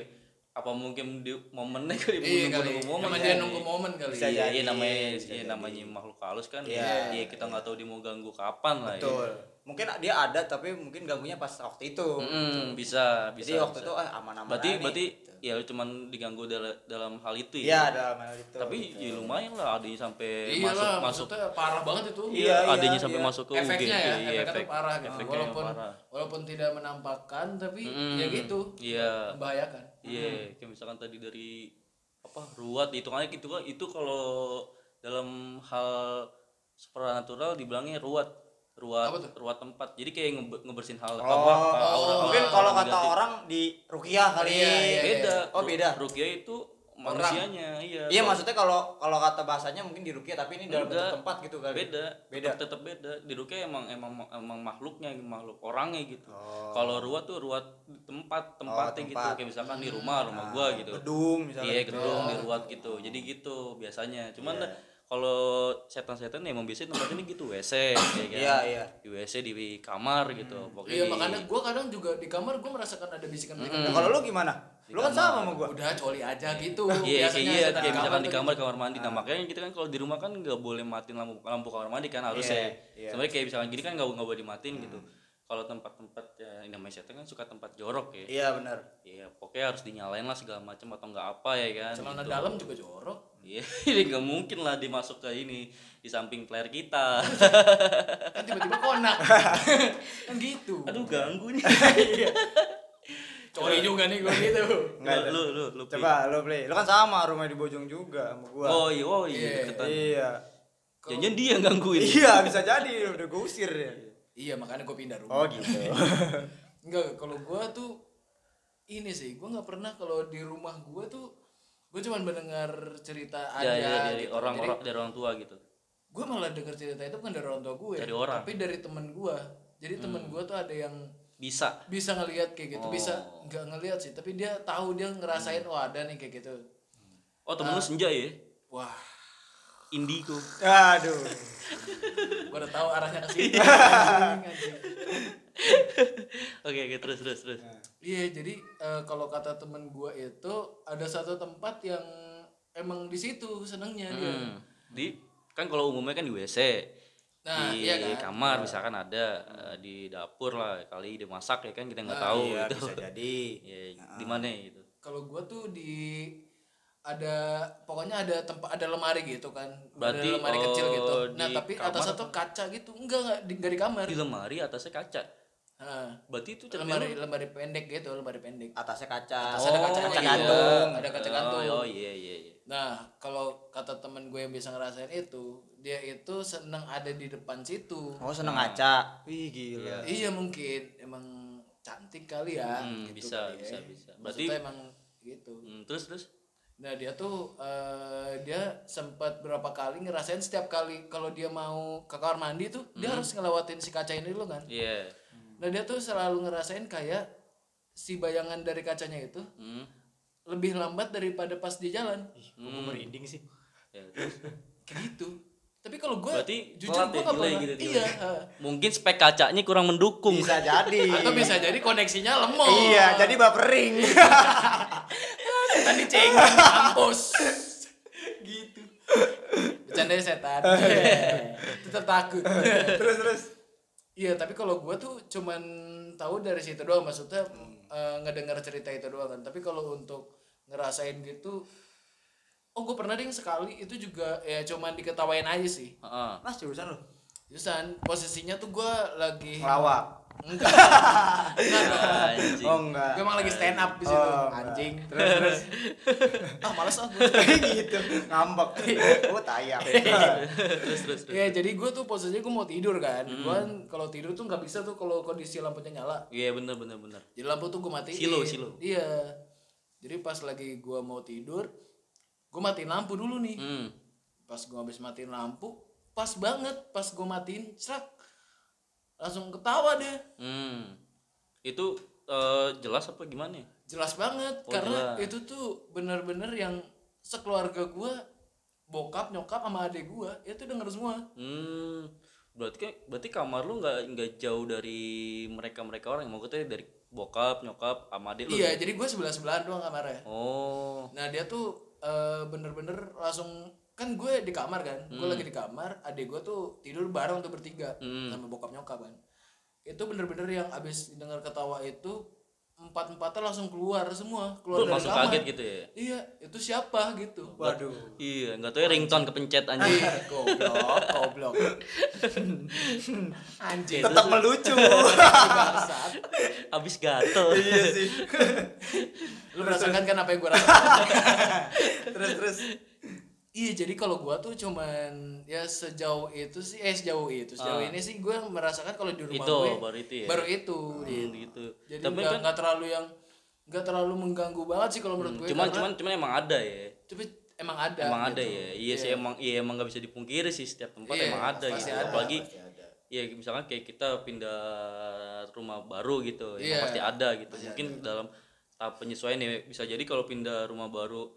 [SPEAKER 1] apa mungkin di momennya kali ya,
[SPEAKER 4] Iya
[SPEAKER 1] nunggu
[SPEAKER 4] kali.
[SPEAKER 1] nunggu momen
[SPEAKER 4] Emang
[SPEAKER 1] kali.
[SPEAKER 4] dia nunggu momen kali.
[SPEAKER 3] Bisa
[SPEAKER 1] Iya,
[SPEAKER 3] jadi,
[SPEAKER 1] iya namanya
[SPEAKER 3] bisa
[SPEAKER 1] iya
[SPEAKER 3] jadi.
[SPEAKER 1] namanya makhluk halus kan
[SPEAKER 3] Iya,
[SPEAKER 1] iya kita nggak tahu dia mau ganggu kapan lah ya
[SPEAKER 3] Betul. Mungkin dia ada tapi mungkin ganggunya pas waktu itu.
[SPEAKER 1] Mm, bisa bisa
[SPEAKER 3] Jadi waktu
[SPEAKER 1] bisa.
[SPEAKER 3] itu ah aman-aman
[SPEAKER 1] berarti
[SPEAKER 3] aja nih.
[SPEAKER 1] berarti
[SPEAKER 3] Gitu.
[SPEAKER 1] ya cuman diganggu dalam dalam hal itu
[SPEAKER 3] Iya,
[SPEAKER 1] ya
[SPEAKER 3] dalam hal itu.
[SPEAKER 1] tapi
[SPEAKER 3] gitu.
[SPEAKER 1] ya lumayan lah adanya sampai
[SPEAKER 4] Iya lah,
[SPEAKER 1] masuk masuk
[SPEAKER 4] maksudnya parah banget itu.
[SPEAKER 3] Iya, iya,
[SPEAKER 1] adanya sampai
[SPEAKER 3] iya.
[SPEAKER 1] masuk ke UGD
[SPEAKER 4] efeknya ya,
[SPEAKER 1] iya,
[SPEAKER 4] efeknya tuh parah gitu.
[SPEAKER 1] efeknya yang
[SPEAKER 4] Walaupun
[SPEAKER 1] parah.
[SPEAKER 4] walaupun tidak menampakkan tapi
[SPEAKER 1] Mm,
[SPEAKER 4] ya gitu.
[SPEAKER 1] iya
[SPEAKER 4] Membahayakan.
[SPEAKER 1] Iya,
[SPEAKER 3] Hmm.
[SPEAKER 1] kayak misalkan tadi dari apa ruat hitungannya gitu kan itu kalau dalam hal supranatural dibilangnya ruat ruat
[SPEAKER 4] Apa tuh?
[SPEAKER 1] ruat tempat jadi kayak ngebe- ngebersihin hal
[SPEAKER 3] Oh,
[SPEAKER 1] apa hal
[SPEAKER 3] oh,
[SPEAKER 1] aura
[SPEAKER 3] mungkin kalau kata
[SPEAKER 1] negatif.
[SPEAKER 3] orang di rukiah kali.
[SPEAKER 4] Iya, iya, iya.
[SPEAKER 1] beda
[SPEAKER 3] Oh, beda.
[SPEAKER 1] Ru- ruqyah itu manusianya iya
[SPEAKER 3] Iya
[SPEAKER 1] Kalau-
[SPEAKER 3] maksudnya kalau kalau kata bahasanya mungkin di rukiah tapi ini dalam
[SPEAKER 1] Enggak.
[SPEAKER 3] bentuk tempat gitu kali.
[SPEAKER 1] beda
[SPEAKER 3] Beda.
[SPEAKER 1] tetap, tetap beda di ruqyah emang emang emang makhluknya makhluk orangnya gitu kalau ruat tuh ruat tempat tempatnya gitu
[SPEAKER 3] Oh. tempat. Ah,
[SPEAKER 1] kayak misalkan di rumah rumah gua gitu
[SPEAKER 3] Gedung misalnya.
[SPEAKER 1] Iya
[SPEAKER 3] gitu.
[SPEAKER 1] gedung di ruat gitu. Jadi gitu biasanya. Cuman kalau setan-setan ya emang biasanya tempat ini gitu WC ya kan.
[SPEAKER 3] Iya, iya.
[SPEAKER 1] Di WC di kamar gitu. Pokoknya
[SPEAKER 4] Iya
[SPEAKER 1] di-
[SPEAKER 4] makanya gue kadang juga di kamar gue merasakan ada bisikan-bisikan.
[SPEAKER 3] Nah, kalau lu gimana? Lu kan sama sama gua.
[SPEAKER 4] Udah coli aja gitu.
[SPEAKER 1] Iya, kayak
[SPEAKER 4] Biasanya
[SPEAKER 1] iya,
[SPEAKER 4] setan
[SPEAKER 1] kayak misalkan di
[SPEAKER 4] tuh
[SPEAKER 1] kamar kamar mandi. Nah, makanya kita kan kalau di rumah kan nggak boleh matiin lampu lampu kamar mandi kan harusnya.
[SPEAKER 3] Iya, iya.
[SPEAKER 1] Sebenarnya kayak misalkan gini kan nggak nggak boleh dimatiin gitu. Kalau tempat-tempat ya ini namanya setan kan suka tempat jorok ya.
[SPEAKER 3] Iya benar.
[SPEAKER 1] Iya, pokoknya harus dinyalain lah segala macam atau nggak apa ya kan.
[SPEAKER 4] gitu. Celana
[SPEAKER 1] gitu.
[SPEAKER 4] dalam juga jorok.
[SPEAKER 1] Iya, ini nggak mungkin lah dimasuk ke ini di samping player kita.
[SPEAKER 4] Kan tiba-tiba konak. kan gitu.
[SPEAKER 1] Aduh ganggu nih.
[SPEAKER 4] Coli juga nih gue gitu.
[SPEAKER 3] Nggak ada.
[SPEAKER 1] lu lu lu. Pi.
[SPEAKER 3] Coba lu play. Lu kan sama rumah di Bojong juga sama gua.
[SPEAKER 1] Oh iya, oh iya.
[SPEAKER 4] Iya.
[SPEAKER 1] deketan.
[SPEAKER 3] Iya.
[SPEAKER 1] Jangan-jangan dia yang gangguin.
[SPEAKER 3] Iya, bisa jadi udah gua usir ya.
[SPEAKER 4] Iya makanya gue pindah rumah.
[SPEAKER 3] Oh gitu.
[SPEAKER 4] Enggak, kalau gua tuh ini sih, gua nggak pernah kalau di rumah gua tuh gua cuman mendengar cerita aja
[SPEAKER 1] Ya, ya, dari
[SPEAKER 4] gitu. Jadi,
[SPEAKER 1] orang-orang dari orang tua gitu.
[SPEAKER 4] gua malah dengar cerita itu bukan dari orang tua gue,
[SPEAKER 1] Dari orang. Hmm.
[SPEAKER 4] tapi dari temen gua. Jadi temen gua tuh ada yang
[SPEAKER 1] Bisa.
[SPEAKER 4] bisa ngelihat kayak gitu, bisa
[SPEAKER 1] Oh.
[SPEAKER 4] nggak ngelihat sih, tapi dia tahu dia ngerasain
[SPEAKER 1] Hmm.
[SPEAKER 4] oh ada nih kayak gitu.
[SPEAKER 1] Oh
[SPEAKER 4] Ah.
[SPEAKER 1] temen lu senja ya?
[SPEAKER 4] Wah,
[SPEAKER 1] Indigo.
[SPEAKER 3] Aduh.
[SPEAKER 4] gua udah tahu arahnya ke situ. Iya. Anjing, anjing.
[SPEAKER 1] Oke, oke terus terus terus.
[SPEAKER 4] Iya, jadi eh, kalau kata temen gua itu ada satu tempat yang emang di situ senengnya dia.
[SPEAKER 1] Hmm. Di kan kalau umumnya kan di WC.
[SPEAKER 4] Nah,
[SPEAKER 1] di
[SPEAKER 4] iya kan?
[SPEAKER 1] kamar misalkan ada eh, di dapur lah kali dia masak ya kan kita
[SPEAKER 4] Ah,
[SPEAKER 1] nggak tahu
[SPEAKER 3] Iya,
[SPEAKER 1] gitu.
[SPEAKER 3] bisa jadi.
[SPEAKER 1] Ya, di mana ya gitu.
[SPEAKER 4] kalau gua tuh di ada pokoknya ada tempat ada lemari gitu kan
[SPEAKER 1] Berarti,
[SPEAKER 4] ada lemari kecil gitu
[SPEAKER 1] oh,
[SPEAKER 4] nah
[SPEAKER 1] di
[SPEAKER 4] tapi
[SPEAKER 1] kamar
[SPEAKER 4] atasnya tuh kaca gitu enggak enggak di, enggak di kamar
[SPEAKER 1] Di lemari atasnya kaca.
[SPEAKER 4] Nah,
[SPEAKER 1] Berarti itu cermin
[SPEAKER 4] lemari lemari pendek gitu lemari pendek
[SPEAKER 3] Atasnya kaca.
[SPEAKER 4] Atasnya ada kaca
[SPEAKER 3] kaca
[SPEAKER 4] iya.
[SPEAKER 3] gantung.
[SPEAKER 4] ada kaca gantung
[SPEAKER 1] Oh, oh, iya iya iya.
[SPEAKER 4] nah kalau kata temen gue yang bisa ngerasain itu dia itu seneng ada di depan situ
[SPEAKER 3] Oh seneng ngaca. Wih gila.
[SPEAKER 4] iya mungkin emang cantik kali ya
[SPEAKER 1] Hmm,
[SPEAKER 4] gitu
[SPEAKER 1] bisa,
[SPEAKER 4] kali ya.
[SPEAKER 1] bisa, bisa.
[SPEAKER 4] Maksudnya
[SPEAKER 1] Berarti-
[SPEAKER 4] emang gitu
[SPEAKER 1] Hmm, terus terus
[SPEAKER 4] Nah dia tuh eh, dia sempat berapa kali ngerasain setiap kali kalau dia mau ke kamar mandi tuh dia harus ngelewatin si kaca ini dulu kan.
[SPEAKER 1] Hmm. Iya.
[SPEAKER 4] Nah dia tuh selalu ngerasain kayak si bayangan dari kacanya itu
[SPEAKER 1] Hmm.
[SPEAKER 4] lebih lambat daripada pas dia jalan.
[SPEAKER 3] Ih, gua merinding sih.
[SPEAKER 1] Ya, terus.
[SPEAKER 4] Kayak gitu. tapi kalau gue
[SPEAKER 1] Berarti
[SPEAKER 4] jujur gue
[SPEAKER 1] telat ya,
[SPEAKER 4] nggak
[SPEAKER 1] delay
[SPEAKER 4] pernah
[SPEAKER 1] gitu, delay.
[SPEAKER 4] iya heeh. Iya.
[SPEAKER 1] Mungkin spek kacanya kurang mendukung.
[SPEAKER 3] bisa jadi
[SPEAKER 4] atau bisa jadi koneksinya lemot
[SPEAKER 3] iya jadi bapering
[SPEAKER 4] setan dicengin di kampus gitu bercandanya ya, setan tetap takut
[SPEAKER 3] Oh, iya. terus terus
[SPEAKER 4] iya tapi kalau gue tuh cuman tahu dari situ doang maksudnya eh, ngedengar cerita itu doang kan tapi kalau untuk ngerasain gitu oh gue pernah ding sekali itu juga ya cuman diketawain aja sih
[SPEAKER 1] Heeh.
[SPEAKER 3] mas jurusan lu
[SPEAKER 4] Jusan posisinya tuh gue lagi
[SPEAKER 3] ngelawak
[SPEAKER 4] enggak enggak dong.
[SPEAKER 1] Anjing.
[SPEAKER 3] oh enggak
[SPEAKER 4] gue emang lagi stand up di situ
[SPEAKER 3] Oh,
[SPEAKER 4] anjing
[SPEAKER 3] terus terus
[SPEAKER 4] ah males ah gue
[SPEAKER 3] gitu ngambek oh tayang
[SPEAKER 1] terus terus. terus.
[SPEAKER 4] Iya, jadi gue tuh posisinya gue mau tidur kan.
[SPEAKER 1] Hmm.
[SPEAKER 4] Gue kan kalau tidur tuh nggak bisa tuh kalau kondisi lampunya nyala.
[SPEAKER 1] Iya bener bener bener.
[SPEAKER 4] Jadi lampu tuh gue matiin.
[SPEAKER 1] Silo, silo.
[SPEAKER 4] Iya. Jadi pas lagi gue mau tidur, gue matiin lampu dulu nih.
[SPEAKER 1] Hmm.
[SPEAKER 4] Pas gue habis matiin lampu, pas banget pas gue matiin, serak langsung ketawa deh.
[SPEAKER 1] Hmm. Itu eh, jelas apa gimana? ya?
[SPEAKER 4] Jelas banget
[SPEAKER 1] Oh,
[SPEAKER 4] karena
[SPEAKER 1] jelas.
[SPEAKER 4] itu tuh bener-bener yang sekeluarga gue bokap nyokap sama adik gue itu denger semua
[SPEAKER 1] Hmm. Berarti kan berarti kamar lu nggak nggak jauh dari mereka-mereka orang. ya? Maksudnya dari bokap, nyokap, sama adik lu.
[SPEAKER 4] iya jadi gue sebelah sebelahan doang kamarnya
[SPEAKER 1] Oh.
[SPEAKER 4] Nah dia tuh eh, bener-bener langsung kan gue di kamar kan,
[SPEAKER 1] Hmm.
[SPEAKER 4] gue lagi di kamar, adik gue tuh tidur bareng tuh bertiga
[SPEAKER 1] Hmm.
[SPEAKER 4] sama bokap nyokap kan. Itu bener-bener yang abis dengar ketawa itu empat empatnya langsung keluar semua keluar
[SPEAKER 1] Lu
[SPEAKER 4] dari
[SPEAKER 1] langsung
[SPEAKER 4] kamar.
[SPEAKER 1] kaget gitu ya.
[SPEAKER 4] Iya itu siapa gitu.
[SPEAKER 3] waduh
[SPEAKER 1] Iya, nggak tahu ya ringtone kepencet anjing.
[SPEAKER 4] Ih, goblok, goblok. Anjing.
[SPEAKER 3] tetap melucu
[SPEAKER 4] Bangsat.
[SPEAKER 1] Abis gatel.
[SPEAKER 3] iya sih
[SPEAKER 4] Lu merasakan kan apa yang gue rasakan?
[SPEAKER 3] terus terus
[SPEAKER 4] Iya jadi kalau gua tuh cuman ya sejauh itu sih eh sejauh itu sejauh ini sih gua merasakan kalau di rumah
[SPEAKER 1] Ah. Itu,
[SPEAKER 4] gue
[SPEAKER 1] baru itu ya?
[SPEAKER 4] baru itu
[SPEAKER 1] Gitu.
[SPEAKER 4] gitu.
[SPEAKER 1] gitu.
[SPEAKER 4] jadi
[SPEAKER 1] Tapi
[SPEAKER 4] nggak
[SPEAKER 1] kan Hmm,
[SPEAKER 4] nggak terlalu yang nggak terlalu mengganggu banget sih kalau menurut gue
[SPEAKER 1] cuman
[SPEAKER 4] karena-
[SPEAKER 1] cuman cuman emang ada ya.
[SPEAKER 4] tapi emang ada
[SPEAKER 1] emang
[SPEAKER 4] gitu.
[SPEAKER 1] ada ya iya sih emang iya emang nggak bisa dipungkiri sih setiap tempat
[SPEAKER 4] Iya,
[SPEAKER 1] emang ada
[SPEAKER 4] pasti
[SPEAKER 1] gitu
[SPEAKER 4] ada,
[SPEAKER 1] apalagi ya misalkan kayak kita pindah rumah baru gitu
[SPEAKER 4] Iya,
[SPEAKER 1] ya pasti ada gitu mungkin dalam tahap penyesuaian ya bisa jadi kalau pindah rumah baru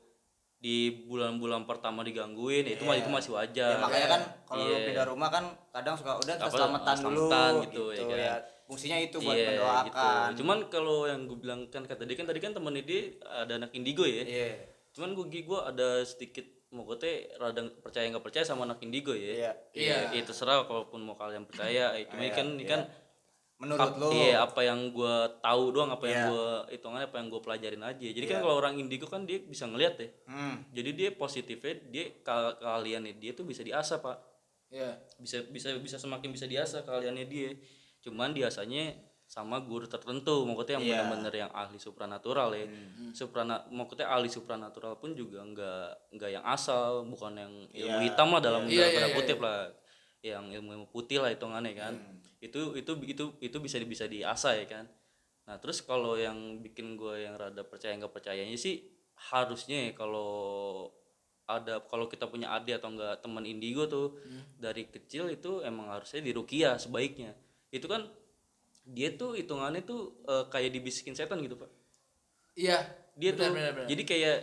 [SPEAKER 1] di bulan-bulan pertama digangguin ya itu mah itu masih wajar
[SPEAKER 3] ya, makanya kan kalau lu
[SPEAKER 1] Iya.
[SPEAKER 3] pindah rumah kan kadang suka udah
[SPEAKER 1] Apa,
[SPEAKER 3] keselamatan dulu
[SPEAKER 1] keselamatan
[SPEAKER 3] gitu,
[SPEAKER 1] gitu, ya
[SPEAKER 3] ya,
[SPEAKER 1] kan.
[SPEAKER 3] fungsinya itu buat
[SPEAKER 1] Iya,
[SPEAKER 3] mendoakan
[SPEAKER 1] gitu. cuman kalau yang gue bilang kan kata dia kan tadi kan temennya dia ada anak indigo ya
[SPEAKER 3] iya
[SPEAKER 1] cuman gue gue ada sedikit mau gue teh rada percaya nggak percaya sama anak indigo
[SPEAKER 3] Iya.
[SPEAKER 1] ya
[SPEAKER 4] Iya.
[SPEAKER 1] ya terserah kalaupun mau kalian percaya Eh, cuma ini kan ini kan
[SPEAKER 3] Iya, menurut
[SPEAKER 1] ap-
[SPEAKER 3] lu
[SPEAKER 1] iya, apa yang gue tahu doang apa yang
[SPEAKER 3] Iya.
[SPEAKER 1] gue hitungannya apa yang gue pelajarin aja jadi kan kalau orang indigo kan dia bisa ngelihat ya
[SPEAKER 3] hmm.
[SPEAKER 1] jadi dia positifnya dia ka- keahliannya dia tuh bisa diasah pak
[SPEAKER 4] Iya.
[SPEAKER 1] bisa bisa bisa semakin bisa diasah keahliannya dia cuman biasanya sama guru tertentu maksudnya yang
[SPEAKER 3] Iya.
[SPEAKER 1] benar-benar yang ahli supranatural ya
[SPEAKER 4] Hmm.
[SPEAKER 1] Suprana- maksudnya ahli supranatural pun juga nggak nggak yang asal bukan yang ilmu hitam lah dalam
[SPEAKER 4] Iya,
[SPEAKER 1] dalam
[SPEAKER 4] iya,
[SPEAKER 1] tanda
[SPEAKER 4] iya, Hmm.
[SPEAKER 1] kutip lah yang ilmu ilmu putih lah hitungannya kan itu itu itu itu bisa bisa diasah ya kan nah terus kalau yang bikin gue yang rada percaya nggak percayanya sih harusnya ya kalau ada kalau kita punya adik atau enggak teman indigo tuh
[SPEAKER 4] Hmm.
[SPEAKER 1] dari kecil itu emang harusnya dirukia sebaiknya itu kan dia tuh hitungannya tuh eh, kayak dibisikin setan gitu pak
[SPEAKER 4] iya
[SPEAKER 1] dia
[SPEAKER 4] benar,
[SPEAKER 1] tuh
[SPEAKER 4] benar, benar.
[SPEAKER 1] jadi kayak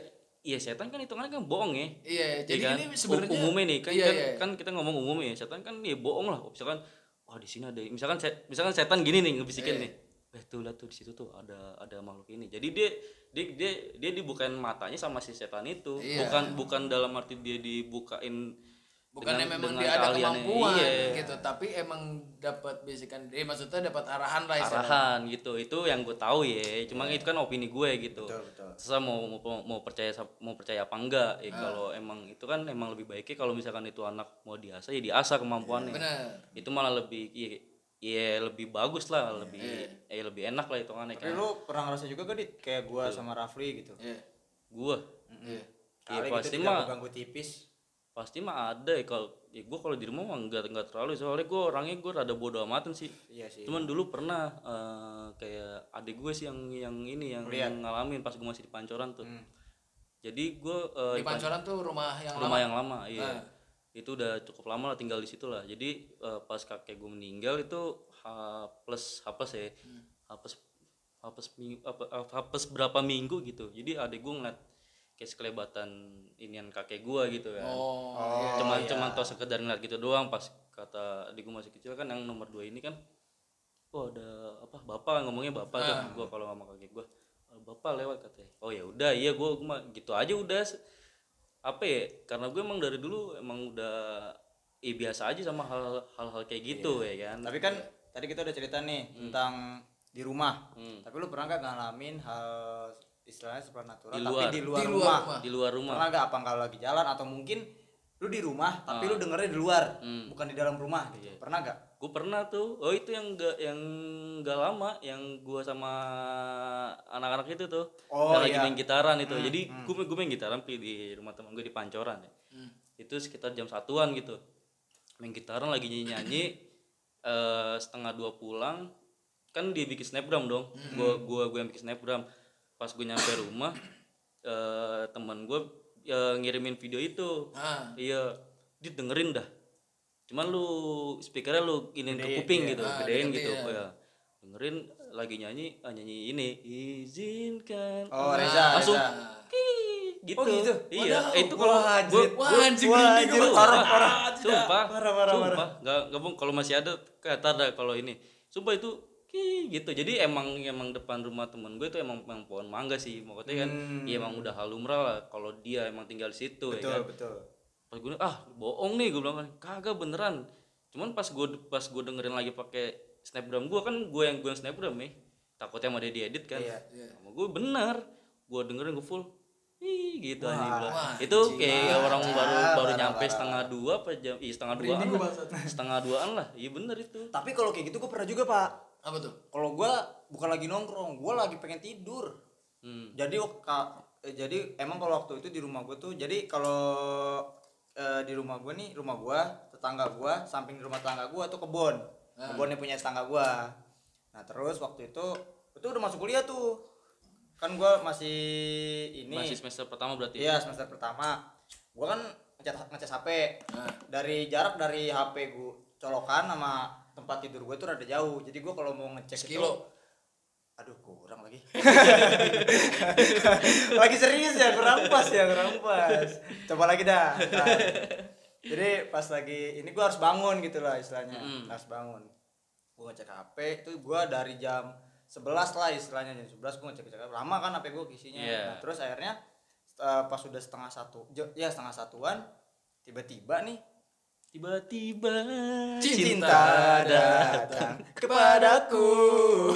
[SPEAKER 1] iya setan kan hitungannya kan bohong ya
[SPEAKER 4] iya
[SPEAKER 1] Ya
[SPEAKER 4] jadi
[SPEAKER 1] kan?
[SPEAKER 4] ini sebenarnya
[SPEAKER 1] umumnya nih kan
[SPEAKER 4] iya,
[SPEAKER 1] kan,
[SPEAKER 4] iya.
[SPEAKER 1] kan kita ngomong umumnya ya setan kan ya bohong lah misalkan wah di sini ada misalkan se- misalkan setan gini nih ngebisikin
[SPEAKER 4] Iya.
[SPEAKER 1] nih eh tuh lihat tuh di situ tuh ada ada makhluk ini jadi dia dia dia dia dibukain matanya sama si setan itu
[SPEAKER 4] Iya.
[SPEAKER 1] bukan bukan dalam arti dia dibukain
[SPEAKER 4] bukannya
[SPEAKER 1] dengan-
[SPEAKER 4] memang
[SPEAKER 1] dengan
[SPEAKER 4] dia ada
[SPEAKER 1] keahliannya.
[SPEAKER 4] kemampuan
[SPEAKER 1] Iya.
[SPEAKER 4] gitu tapi emang dapat bisikan eh maksudnya dapat arahan lah
[SPEAKER 3] Iya,
[SPEAKER 4] istilahnya
[SPEAKER 1] arahan gitu itu yang gue tahu ya cuma itu kan opini gue gitu
[SPEAKER 3] Betul, betul. Ah.
[SPEAKER 1] Terserah mau, mau mau percaya sa- mau percaya apa enggak ya kalau emang itu kan emang lebih baiknya kalau misalkan itu anak mau diasah ya diasah kemampuannya
[SPEAKER 3] Iya,
[SPEAKER 4] benar
[SPEAKER 1] itu malah lebih iya iya, lebih bagus lah lebih eh lebih enak lah hitungannya
[SPEAKER 3] iya. tapi
[SPEAKER 1] kan
[SPEAKER 3] lu pernah ngerasa juga gak dit kayak gua sama Rafli gitu
[SPEAKER 4] iya
[SPEAKER 1] gue
[SPEAKER 4] iya
[SPEAKER 3] kali
[SPEAKER 1] Ya, pasti
[SPEAKER 3] gitu
[SPEAKER 1] mah.
[SPEAKER 3] diganggu ganggu tipis
[SPEAKER 1] pasti mah ada ya kalau ya gue kalau di rumah mah enggak enggak terlalu soalnya gue orangnya gue rada bodo amatan sih
[SPEAKER 3] iya sih
[SPEAKER 1] cuman dulu pernah eh, kayak adik gue sih yang yang ini yang,
[SPEAKER 3] Lihat.
[SPEAKER 1] yang ngalamin pas gue masih di pancoran tuh
[SPEAKER 3] Hmm.
[SPEAKER 1] jadi gue
[SPEAKER 4] di pancoran tuh rumah yang
[SPEAKER 1] Oh, rumah
[SPEAKER 4] lama
[SPEAKER 1] yang lama iya
[SPEAKER 4] Ah.
[SPEAKER 1] itu udah cukup lama lah tinggal di situ lah jadi eh, pas kakek gue meninggal itu H plus H plus ya
[SPEAKER 4] Hmm.
[SPEAKER 1] H plus H plus minggu- apa- H plus berapa minggu gitu jadi adik gue ngeliat kayak sekelebatan inian kakek gua gitu kan
[SPEAKER 4] oh, iya.
[SPEAKER 1] cuman cuman tau sekedar ngeliat gitu doang pas kata adik gua masih kecil kan yang nomor dua ini kan oh ada apa bapak ngomongnya bapak tuh
[SPEAKER 4] Ah.
[SPEAKER 1] gua kalau sama kakek gua "Oh, bapak lewat katanya oh ya udah iya gua, gua mah gitu aja udah Se- apa ya karena gue emang dari dulu emang udah eh, biasa aja sama hal- hal-hal kayak gitu
[SPEAKER 4] Iya.
[SPEAKER 1] ya kan
[SPEAKER 3] Tapi kan tadi kita udah cerita nih
[SPEAKER 1] Hmm.
[SPEAKER 3] tentang di rumah. Tapi lu pernah gak ngalamin hal istilahnya supernatural
[SPEAKER 1] Di
[SPEAKER 3] tapi
[SPEAKER 1] luar.
[SPEAKER 4] Di luar
[SPEAKER 3] di luar rumah?
[SPEAKER 4] rumah.
[SPEAKER 1] di luar rumah
[SPEAKER 3] Pernah gak apa kalau lagi jalan atau mungkin lu di rumah tapi lu dengernya di
[SPEAKER 1] Ah.
[SPEAKER 3] luar,
[SPEAKER 1] Hmm. Iya.
[SPEAKER 3] bukan di dalam rumah gitu. Pernah gak?
[SPEAKER 1] gue pernah tuh oh itu yang gak yang gak lama yang gue sama anak-anak itu tuh yang
[SPEAKER 3] Oh,
[SPEAKER 1] lagi
[SPEAKER 3] iya. hmm.
[SPEAKER 1] main gitaran itu jadi gue gue main gitaran Pi, di rumah temen gue di Pancoran ya itu sekitar jam satuan gitu main gitaran lagi nyanyi nyanyi setengah dua pulang kan dia bikin snapgram dong
[SPEAKER 3] Hmm.
[SPEAKER 1] gue gue gue yang bikin snapgram pas gue nyampe rumah eh teman gue ngirimin video itu
[SPEAKER 4] Ah.
[SPEAKER 1] Iya, didengerin dah. Cuman lu speakernya lu inin ke kuping
[SPEAKER 3] iya.
[SPEAKER 1] gitu,
[SPEAKER 4] Ah,
[SPEAKER 1] gedein
[SPEAKER 4] deketin,
[SPEAKER 1] gitu.
[SPEAKER 4] ya.
[SPEAKER 1] Oh, ya. Dengerin lagi nyanyi, ah, nyanyi ini izinkan. aku-
[SPEAKER 3] Oh, Reza,
[SPEAKER 1] Nah, langsung
[SPEAKER 3] Reza.
[SPEAKER 1] "Kii," gitu.
[SPEAKER 3] Oh, gitu?
[SPEAKER 1] Iya,
[SPEAKER 4] Wadaw,
[SPEAKER 1] eh, itu kalau
[SPEAKER 3] wah,
[SPEAKER 1] gua
[SPEAKER 3] anjir.
[SPEAKER 1] gua-
[SPEAKER 4] Wah, anjing
[SPEAKER 3] Wah,
[SPEAKER 4] merinding
[SPEAKER 3] anjir,
[SPEAKER 4] gua.
[SPEAKER 3] parah,
[SPEAKER 1] Sumpah,
[SPEAKER 3] parah.
[SPEAKER 1] Sumpah.
[SPEAKER 3] Parah, parah,
[SPEAKER 1] Sumpah, enggak enggak bohong kalau masih ada kata ada kalau ini. Sumpah itu "Kii," gitu. Jadi emang emang depan rumah temen gue itu emang, emang pohon mangga sih maksudnya kan ya emang udah halumrah lah kalau dia emang tinggal di situ ya
[SPEAKER 3] Hmm.
[SPEAKER 1] kan
[SPEAKER 3] Betul, betul.
[SPEAKER 1] pas gue ah bohong nih gue bilang kan kagak beneran cuman pas gue pas gue dengerin lagi pakai snapgram gue kan gue yang gue yang snapgram nih takutnya mau dia diedit kan
[SPEAKER 3] Iya,
[SPEAKER 1] sama gue bener gue dengerin gue full Ih, gitu anjing gua.
[SPEAKER 4] wah,
[SPEAKER 1] itu kayak orang baru baru
[SPEAKER 3] parah,
[SPEAKER 1] nyampe
[SPEAKER 3] parah.
[SPEAKER 1] setengah dua apa jam ih, setengah duaan
[SPEAKER 4] gua
[SPEAKER 1] lah.
[SPEAKER 4] bangsat.
[SPEAKER 1] setengah duaan lah iya bener itu
[SPEAKER 3] Tapi kalau kayak gitu gue pernah juga, Pak.
[SPEAKER 4] apa tuh
[SPEAKER 3] Kalau gua bukan lagi nongkrong, gua lagi pengen tidur.
[SPEAKER 1] hmm.
[SPEAKER 3] jadi wak- ka- eh, jadi emang kalau waktu itu di rumah gue tuh jadi kalau eh, di rumah gue nih rumah gue tetangga gue samping rumah tetangga gue tuh kebun
[SPEAKER 1] Ah.
[SPEAKER 3] kebun yang punya tetangga gue nah terus waktu itu itu udah masuk kuliah tuh kan gue masih ini
[SPEAKER 1] masih semester pertama berarti
[SPEAKER 3] iya semester pertama gue kan ngecas ngecas hp
[SPEAKER 4] Nah.
[SPEAKER 3] dari jarak dari hp gue colokan sama tempat tidur gue tuh rada jauh jadi gue kalau mau ngecek itu-
[SPEAKER 4] Sekilo.
[SPEAKER 3] aduh kurang lagi lagi serius ya kerampas ya kerampas coba lagi dah Nah, jadi pas lagi ini gua harus bangun gitu lah istilahnya
[SPEAKER 1] Mm-mm.
[SPEAKER 3] harus bangun gua ngecek hp itu gua dari jam 11 lah istilahnya jam 11 gua ngecek ngecek lama kan hp gua isinya
[SPEAKER 1] Iya.
[SPEAKER 3] Nah, terus akhirnya eh, pas sudah setengah satu jo- ya setengah satuan tiba-tiba nih
[SPEAKER 1] tiba-tiba
[SPEAKER 4] Cinta
[SPEAKER 3] datang kepadaku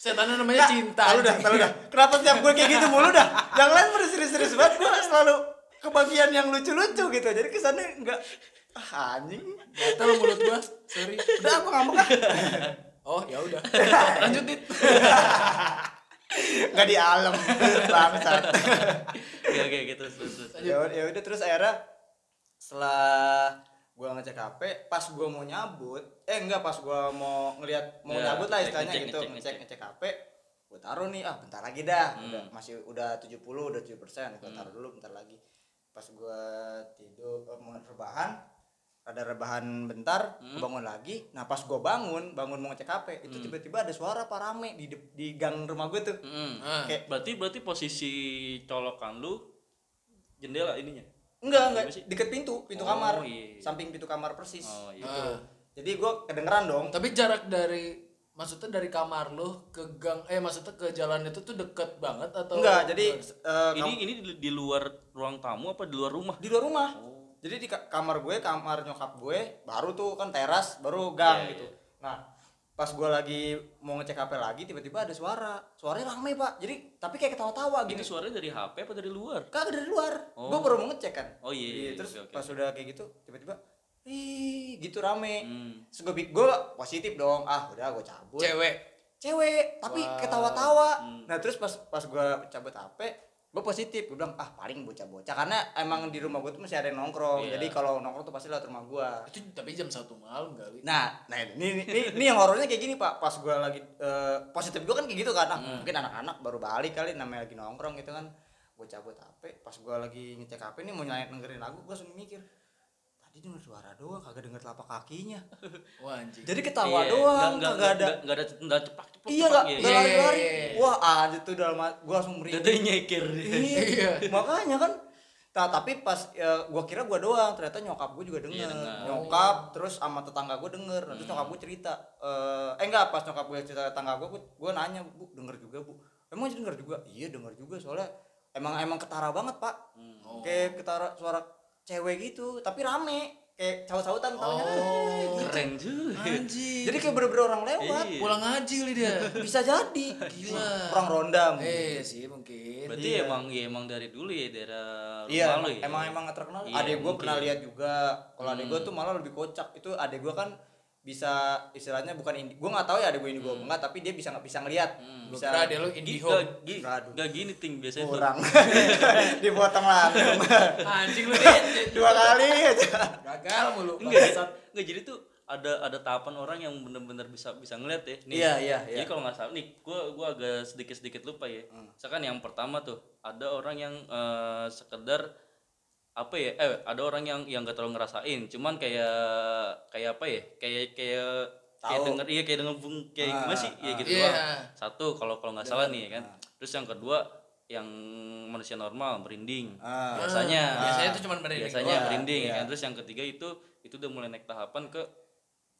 [SPEAKER 4] setannya namanya cinta
[SPEAKER 3] Tahu dah,
[SPEAKER 4] anjing.
[SPEAKER 3] tahu dah. Kenapa setiap gue kayak gitu mulu dah? Yang lain pada serius-serius banget, gue selalu kebagian yang lucu-lucu gitu. Jadi kesannya enggak ah, anjing.
[SPEAKER 4] gatel mulut gua sorry
[SPEAKER 3] Udah aku ngambek ah.
[SPEAKER 4] oh ya udah lanjut dit
[SPEAKER 3] Enggak di alam bangsat.
[SPEAKER 1] ya kayak gitu terus terus
[SPEAKER 3] ya ud- ya udah terus akhirnya setelah gue ngecek HP, pas gue mau nyabut, eh enggak pas gue mau ngelihat mau
[SPEAKER 1] Ya,
[SPEAKER 3] nyabut lah
[SPEAKER 1] ngecek,
[SPEAKER 3] istilahnya
[SPEAKER 1] ngecek,
[SPEAKER 3] gitu,
[SPEAKER 1] ngecek,
[SPEAKER 3] ngecek
[SPEAKER 1] ngecek. Hmm.
[SPEAKER 3] ngecek HP, gue taruh nih, ah bentar lagi dah, udah, masih udah 70, udah 7 persen, gue taruh dulu bentar lagi. Pas gue tidur, eh, mau rebahan, ada rebahan bentar,
[SPEAKER 1] Hmm.
[SPEAKER 3] gua bangun lagi. Nah pas gue bangun, bangun mau ngecek HP, itu tiba-tiba ada suara pak rame di, dep- di gang rumah gue tuh.
[SPEAKER 1] Mm.
[SPEAKER 4] nah,
[SPEAKER 3] Kayak-
[SPEAKER 1] Berarti berarti posisi colokan lu jendela ininya.
[SPEAKER 3] Enggak, enggak,
[SPEAKER 1] Gimana sih?
[SPEAKER 3] deket pintu, pintu
[SPEAKER 1] Oh,
[SPEAKER 3] kamar,
[SPEAKER 1] iya.
[SPEAKER 3] samping pintu kamar persis.
[SPEAKER 1] Oh iya.
[SPEAKER 4] nah.
[SPEAKER 3] Jadi gue kedengeran dong.
[SPEAKER 4] tapi jarak dari maksudnya dari kamar lo ke gang eh maksudnya ke jalan itu tuh deket banget atau
[SPEAKER 3] Enggak, jadi eh,
[SPEAKER 1] Ini ini di, di luar ruang tamu apa di luar rumah?
[SPEAKER 3] di luar rumah. Jadi di ka- kamar gue, kamar nyokap gue, baru tuh kan teras,
[SPEAKER 1] Iya,
[SPEAKER 3] baru gang gitu. Nah, pas gue lagi mau ngecek HP lagi, tiba-tiba ada suara. Suaranya rame pak. Jadi tapi kayak ketawa-tawa
[SPEAKER 1] Ini
[SPEAKER 3] gitu.
[SPEAKER 1] suaranya dari HP apa dari luar?
[SPEAKER 3] Kagak dari luar. Gue baru mau ngecek kan.
[SPEAKER 1] Oh, iya, iya,
[SPEAKER 3] Terus
[SPEAKER 1] oke, oke.
[SPEAKER 3] pas udah kayak gitu, tiba-tiba, ih gitu rame.
[SPEAKER 1] Hmm.
[SPEAKER 3] Terus gue gue positif dong. Ah udah gue cabut.
[SPEAKER 4] cewek
[SPEAKER 3] cewek tapi ketawa-tawa
[SPEAKER 1] hmm.
[SPEAKER 3] nah terus pas pas gue cabut hp gue positif gue bilang ah paling bocah-bocah karena emang di rumah gue tuh masih ada yang nongkrong
[SPEAKER 1] Iya.
[SPEAKER 3] jadi kalau nongkrong tuh pasti lewat rumah gue
[SPEAKER 4] itu tapi jam satu malam kali
[SPEAKER 3] nah nah ini ini, ini- ini yang horornya kayak gini pak pas gue lagi eh, positif gue kan kayak gitu kan ah,
[SPEAKER 1] Hmm.
[SPEAKER 3] mungkin anak-anak baru balik kali namanya lagi nongkrong gitu kan gue cabut hp pas gue lagi ngecek hp nih mau nyalain dengerin lagu gue langsung mikir tadi tadi denger suara doang kagak denger telapak kakinya
[SPEAKER 4] Wah anjing.
[SPEAKER 3] jadi ketawa doang
[SPEAKER 1] Iya, nggak
[SPEAKER 3] kagak ada
[SPEAKER 1] nggak ada nggak cepak cepak
[SPEAKER 3] iya nggak
[SPEAKER 1] ya.
[SPEAKER 4] Iya,
[SPEAKER 3] nggak
[SPEAKER 4] iya,
[SPEAKER 3] lari-lari
[SPEAKER 4] iya, iya.
[SPEAKER 3] wah ada tuh dalam hati- gua langsung merinding
[SPEAKER 1] Dadanya nyekir dia.
[SPEAKER 4] Iya.
[SPEAKER 3] Iya. Makanya kan Nah, tapi pas ya, gua kira gua doang, ternyata nyokap gua juga denger.
[SPEAKER 1] Iya, denger.
[SPEAKER 3] Nyokap terus sama tetangga gua denger. Nah, Terus nyokap gua cerita eh, eh enggak, pas nyokap gua cerita ke tetangga gua, gua, gua nanya, "Bu, denger juga, Bu?" Emang aja denger juga? Iya, denger juga soalnya emang emang ketara banget, Pak.
[SPEAKER 4] Oh.
[SPEAKER 3] Kayak ketara suara cewek gitu, tapi rame. Kayak saut-sautan taunya. "Eh,"
[SPEAKER 4] Oh.
[SPEAKER 3] gitu.
[SPEAKER 1] keren juga
[SPEAKER 4] Anjing.
[SPEAKER 3] Jadi kayak bener-bener orang lewat.
[SPEAKER 1] Iya.
[SPEAKER 4] pulang ngaji kali dia.
[SPEAKER 3] Bisa jadi.
[SPEAKER 4] Gila.
[SPEAKER 3] Orang ronda. mungkin.
[SPEAKER 4] eh sih mungkin.
[SPEAKER 1] berarti emang ya emang dari dulu ya daerah
[SPEAKER 3] Iya,
[SPEAKER 1] rumah lu
[SPEAKER 3] emang,
[SPEAKER 1] ya
[SPEAKER 3] emang emang nggak terkenal.
[SPEAKER 1] Iya,
[SPEAKER 3] adek gue
[SPEAKER 1] mungkin.
[SPEAKER 3] pernah lihat juga. Kalau adek
[SPEAKER 4] Hmm.
[SPEAKER 3] gue tuh malah lebih kocak. Itu adek gue kan bisa istilahnya bukan indi. Gue nggak tahu ya adek gue indigo apa enggak, tapi dia bisa nggak bisa ngelihat.
[SPEAKER 4] Gua
[SPEAKER 3] Bisa
[SPEAKER 4] Hmm. kira dia lo
[SPEAKER 1] Gini,
[SPEAKER 4] indiho.
[SPEAKER 1] gak, gi-
[SPEAKER 3] Aduh.
[SPEAKER 1] gak gini ting biasanya tuh.
[SPEAKER 3] kurang. Dipotong langsung.
[SPEAKER 4] Anjing lu Dit.
[SPEAKER 3] Dua kali aja.
[SPEAKER 4] Gagal mulu.
[SPEAKER 3] Iya,
[SPEAKER 1] enggak
[SPEAKER 4] bangsat.
[SPEAKER 1] enggak jadi tuh ada ada tahapan orang yang bener-bener bisa bisa ngeliat ya nih
[SPEAKER 3] Iya, iya, Hmm.
[SPEAKER 1] jadi
[SPEAKER 3] iya.
[SPEAKER 1] kalau nggak salah nih gua gua agak sedikit sedikit lupa ya misalkan yang pertama tuh ada orang yang eh, sekedar apa ya eh ada orang yang yang gak terlalu ngerasain cuman kayak kayak apa ya kayak kayak kayak
[SPEAKER 3] Tahu.
[SPEAKER 1] denger iya kayak denger bung- kayak
[SPEAKER 3] Ah,
[SPEAKER 1] gimana sih ya
[SPEAKER 3] ah.
[SPEAKER 1] gitu
[SPEAKER 4] Iya.
[SPEAKER 1] doang satu kalau kalau nggak salah nih ya kan terus yang kedua yang manusia normal merinding
[SPEAKER 3] Ah.
[SPEAKER 1] biasanya
[SPEAKER 4] Ah, biasanya itu cuman merinding
[SPEAKER 1] biasanya
[SPEAKER 3] doang.
[SPEAKER 1] merinding ya
[SPEAKER 3] Iya.
[SPEAKER 1] kan terus yang ketiga itu itu udah mulai naik tahapan ke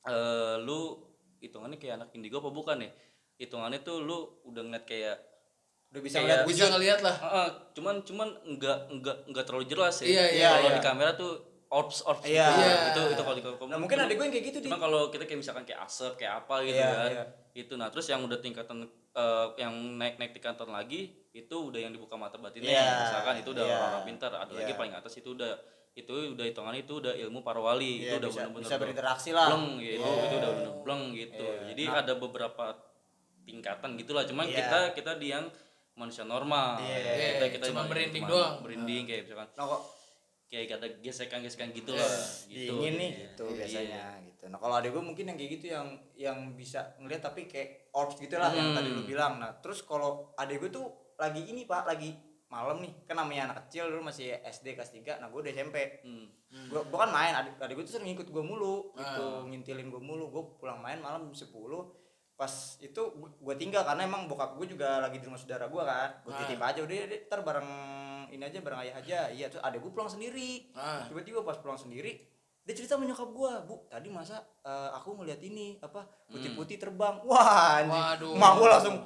[SPEAKER 1] eh, lu hitungannya kayak anak indigo apa bukan ya hitungannya tuh lu udah ngeliat kayak
[SPEAKER 3] Udah
[SPEAKER 1] Kayak-
[SPEAKER 3] bisa ngeliat
[SPEAKER 4] Bisa
[SPEAKER 3] wujud.
[SPEAKER 4] ngeliat lah.
[SPEAKER 1] "Ah, ah," cuman cuman enggak enggak enggak terlalu jelas ya
[SPEAKER 4] Iya, iya,
[SPEAKER 1] kalau
[SPEAKER 3] iya.
[SPEAKER 1] di kamera tuh orbs orbs
[SPEAKER 3] Iya.
[SPEAKER 1] gitu.
[SPEAKER 4] Iya.
[SPEAKER 1] itu itu kalau di kalau-
[SPEAKER 3] Nah mungkin
[SPEAKER 1] cuman-
[SPEAKER 3] adek gue yang kayak gitu
[SPEAKER 1] Cuma
[SPEAKER 3] dia.
[SPEAKER 1] kalau kita kayak misalkan kayak asap kayak apa gitu
[SPEAKER 3] Iya,
[SPEAKER 1] kan.
[SPEAKER 3] iya.
[SPEAKER 1] Itu nah terus yang udah tingkatan eh, yang naik-naik tingkatan lagi itu udah yang dibuka mata batinnya.
[SPEAKER 3] Iya,
[SPEAKER 1] misalkan itu udah
[SPEAKER 3] iya.
[SPEAKER 1] orang-orang pintar, ada lagi
[SPEAKER 3] Iya.
[SPEAKER 1] paling atas itu udah itu udah hitungan itu udah ilmu
[SPEAKER 4] Gitu
[SPEAKER 1] parwali, itu
[SPEAKER 3] Iya,
[SPEAKER 1] udah
[SPEAKER 3] bisa,
[SPEAKER 1] bener-bener
[SPEAKER 3] bisa
[SPEAKER 1] udah
[SPEAKER 3] berinteraksi lah.
[SPEAKER 1] bleng gitu, itu udah bener bleng gitu.
[SPEAKER 3] Iya.
[SPEAKER 1] Jadi
[SPEAKER 3] Nah.
[SPEAKER 1] ada beberapa tingkatan gitulah cuman
[SPEAKER 3] Iya.
[SPEAKER 1] kita kita di yang manusia normal.
[SPEAKER 3] Iya.
[SPEAKER 1] Kita kita
[SPEAKER 4] Cuma
[SPEAKER 1] yang
[SPEAKER 4] merinding
[SPEAKER 1] cuma
[SPEAKER 4] doang.
[SPEAKER 1] Merinding kayak misalkan
[SPEAKER 3] Nah kok
[SPEAKER 1] kayak ada gesekan-gesekan gitu lah gitu.
[SPEAKER 3] dingin nih
[SPEAKER 1] Iya.
[SPEAKER 3] gitu
[SPEAKER 1] Iya.
[SPEAKER 3] biasanya gitu. Nah kalau adek gue mungkin yang kayak gitu yang yang bisa ngeliat tapi kayak orbs gitu lah yang tadi lu bilang. Nah terus kalau adek gue tuh lagi ini pak lagi malam nih kan namanya anak kecil dulu masih SD kelas 3 nah gue udah SMP
[SPEAKER 1] Hmm.
[SPEAKER 3] gue kan main adik, adik gue tuh sering ngikut gue mulu gitu ngintilin gue mulu gue pulang main malam jam 10 pas itu gue tinggal karena emang bokap gue juga lagi di rumah saudara gue kan gue titip aja udah deh, ntar bareng ini aja bareng ayah aja iya terus adek gue pulang sendiri
[SPEAKER 4] Ah.
[SPEAKER 3] tiba-tiba pas pulang sendiri dia cerita sama nyokap gue bu tadi masa eh, aku ngeliat ini apa putih-putih terbang wah anjing
[SPEAKER 4] Waduh.
[SPEAKER 3] mak gue langsung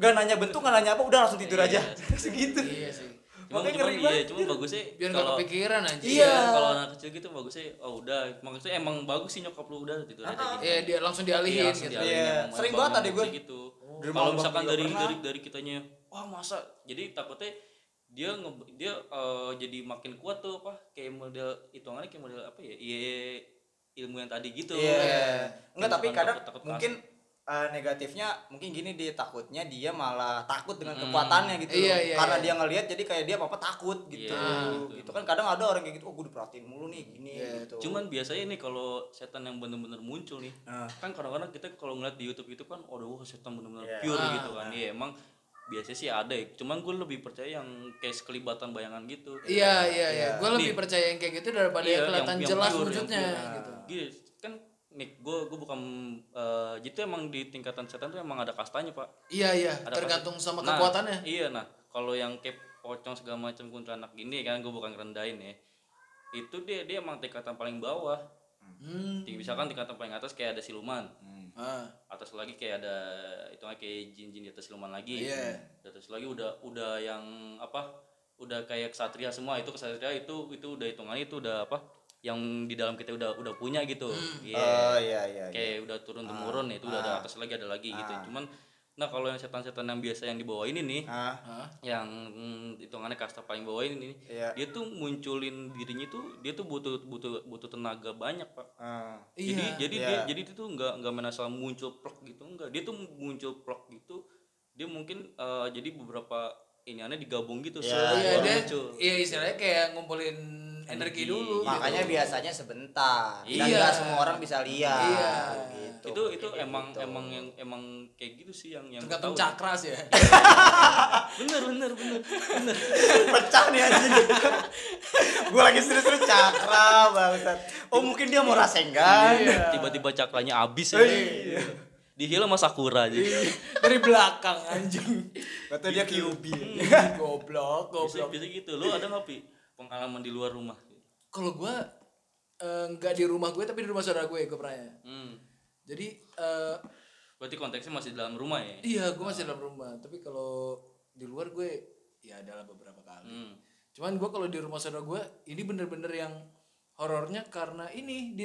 [SPEAKER 3] gak nanya bentuk gak nanya apa udah langsung tidur aja segitu
[SPEAKER 4] Iya sih.
[SPEAKER 1] Cuma,
[SPEAKER 3] Makanya
[SPEAKER 1] cuma,
[SPEAKER 3] ngeri
[SPEAKER 1] iya,
[SPEAKER 3] banget, gitu.
[SPEAKER 1] cuma bagusnya
[SPEAKER 4] Biar nggak
[SPEAKER 1] kalau
[SPEAKER 4] kepikiran anjing.
[SPEAKER 3] Iya.
[SPEAKER 1] kalau anak kecil gitu bagusnya oh udah maksudnya emang bagus sih nyokap lu udah tidur
[SPEAKER 3] Ah,
[SPEAKER 1] aja gitu.
[SPEAKER 4] Iya, dia langsung dialihin
[SPEAKER 1] langsung
[SPEAKER 4] gitu.
[SPEAKER 1] dialihin,
[SPEAKER 3] Iya,
[SPEAKER 1] emang
[SPEAKER 3] sering
[SPEAKER 1] bangun
[SPEAKER 3] banget adek gue.
[SPEAKER 1] gitu.
[SPEAKER 3] Di rumah
[SPEAKER 1] Kalau
[SPEAKER 3] abang
[SPEAKER 1] misalkan
[SPEAKER 3] juga
[SPEAKER 1] dari
[SPEAKER 3] pernah.
[SPEAKER 1] dari dari kitanya wah masa jadi takutnya dia nge- dia eh, jadi makin kuat tuh apa kayak model hitungannya kayak model apa ya iya ilmu yang tadi gitu
[SPEAKER 3] Iya.
[SPEAKER 1] Kayak
[SPEAKER 3] Enggak tapi
[SPEAKER 1] misalkan
[SPEAKER 3] kadang
[SPEAKER 1] takut-takut
[SPEAKER 3] mungkin eh, negatifnya mungkin gini dia takutnya dia malah takut dengan kekuatannya gitu.
[SPEAKER 4] Iya, iya,
[SPEAKER 3] Karena
[SPEAKER 4] iya.
[SPEAKER 3] dia ngelihat jadi kayak dia apa-apa takut gitu.
[SPEAKER 1] Iya,
[SPEAKER 3] gitu. kan kadang ada orang kayak gitu, "Oh, gue diperhatiin mulu nih gini." gitu.
[SPEAKER 1] Cuman biasanya nih kalau setan yang bener-bener muncul nih,
[SPEAKER 3] Ah.
[SPEAKER 1] kan kadang-kadang kita kalau ngeliat di YouTube itu kan, aduh wah, setan bener-bener
[SPEAKER 3] Iya.
[SPEAKER 1] pure
[SPEAKER 4] Ah.
[SPEAKER 1] gitu kan. Iya emang biasanya sih ada ya. Cuman gue lebih percaya yang kayak sekelibatan bayangan gitu.
[SPEAKER 4] Iya, iya, iya.
[SPEAKER 3] Iya.
[SPEAKER 4] Gue lebih percaya yang kayak gitu daripada yang kelihatan jelas
[SPEAKER 1] pure, Iya, yang
[SPEAKER 4] wujudnya
[SPEAKER 1] pure.
[SPEAKER 4] gitu.
[SPEAKER 1] Gini, kan nih gue gue bukan eh, jadi tuh emang di tingkatan setan tuh emang ada kastanya pak.
[SPEAKER 4] Iya, iya.
[SPEAKER 1] Ada
[SPEAKER 4] Tergantung
[SPEAKER 1] kasta-
[SPEAKER 4] sama
[SPEAKER 1] Nah,
[SPEAKER 4] kekuatannya.
[SPEAKER 1] Iya nah kalau yang kayak pocong segala macam kuntilanak gini kan gue bukan rendahin ya. Itu dia dia emang tingkatan paling bawah.
[SPEAKER 4] Hmm.
[SPEAKER 1] Tinggi misalkan tingkatan paling atas kayak ada siluman,
[SPEAKER 4] Ah.
[SPEAKER 1] atas lagi kayak ada itu kayak jin-jin di atas siluman lagi.
[SPEAKER 4] Iya.
[SPEAKER 1] Di atas lagi udah udah yang apa? Udah kayak kesatria semua. Itu kesatria itu itu udah hitungannya itu udah apa? Yang di dalam kita udah udah punya gitu. Iya.
[SPEAKER 3] Oh iya iya. Ah. iya.
[SPEAKER 1] Kayak udah turun temurun ya, itu udah ada atas lagi ada lagi gitu. Cuman nah kalau yang setan-setan yang biasa yang di bawah ini nih,
[SPEAKER 3] Ah,
[SPEAKER 4] Ah.
[SPEAKER 1] yang mm, hitungannya kasta paling bawah ini nih,
[SPEAKER 3] Iya.
[SPEAKER 1] dia tuh munculin dirinya tuh dia tuh butuh butuh butuh tenaga banyak, Pak
[SPEAKER 3] ah.
[SPEAKER 1] jadi
[SPEAKER 4] Iya.
[SPEAKER 1] jadi
[SPEAKER 3] Iya.
[SPEAKER 1] dia jadi itu tuh nggak nggak main asal muncul plok gitu enggak dia tuh muncul plok gitu dia mungkin eh, jadi beberapa ini aneh digabung gitu
[SPEAKER 3] Iya.
[SPEAKER 1] set,
[SPEAKER 4] Iya,
[SPEAKER 1] baru
[SPEAKER 4] dia
[SPEAKER 1] muncul.
[SPEAKER 4] iya istilahnya kayak ngumpulin energi dulu gitu.
[SPEAKER 3] makanya biasanya sebentar dan
[SPEAKER 1] Iya.
[SPEAKER 3] nggak semua orang bisa lihat
[SPEAKER 4] Iya.
[SPEAKER 3] gitu
[SPEAKER 1] itu itu emang emang yang emang kayak gitu sih yang yang
[SPEAKER 4] tergantung
[SPEAKER 1] gua tahu.
[SPEAKER 4] cakra sih ya
[SPEAKER 1] bener bener bener bener
[SPEAKER 3] pecah nih anjing gue lagi serius-serius cakra bangsat oh mungkin dia mau rasenggan
[SPEAKER 1] tiba-tiba cakranya habis ya
[SPEAKER 3] Iya.
[SPEAKER 1] dihil sama sakura
[SPEAKER 4] Iya,
[SPEAKER 1] aja
[SPEAKER 4] dari belakang anjing
[SPEAKER 3] kata dia QB
[SPEAKER 4] goblok
[SPEAKER 1] Hmm. bisa
[SPEAKER 4] goblok
[SPEAKER 1] bisa gitu lu ada nggak pi pengalaman di luar rumah
[SPEAKER 4] kalau gue nggak di rumah gue tapi di rumah saudara gue gue pernah ya
[SPEAKER 1] hmm.
[SPEAKER 4] jadi eh,
[SPEAKER 1] berarti konteksnya masih dalam rumah ya
[SPEAKER 4] iya gue masih dalam rumah tapi kalau di luar gue ya adalah beberapa kali
[SPEAKER 1] hmm.
[SPEAKER 4] cuman gue kalau di rumah saudara gue ini bener-bener yang horornya karena ini di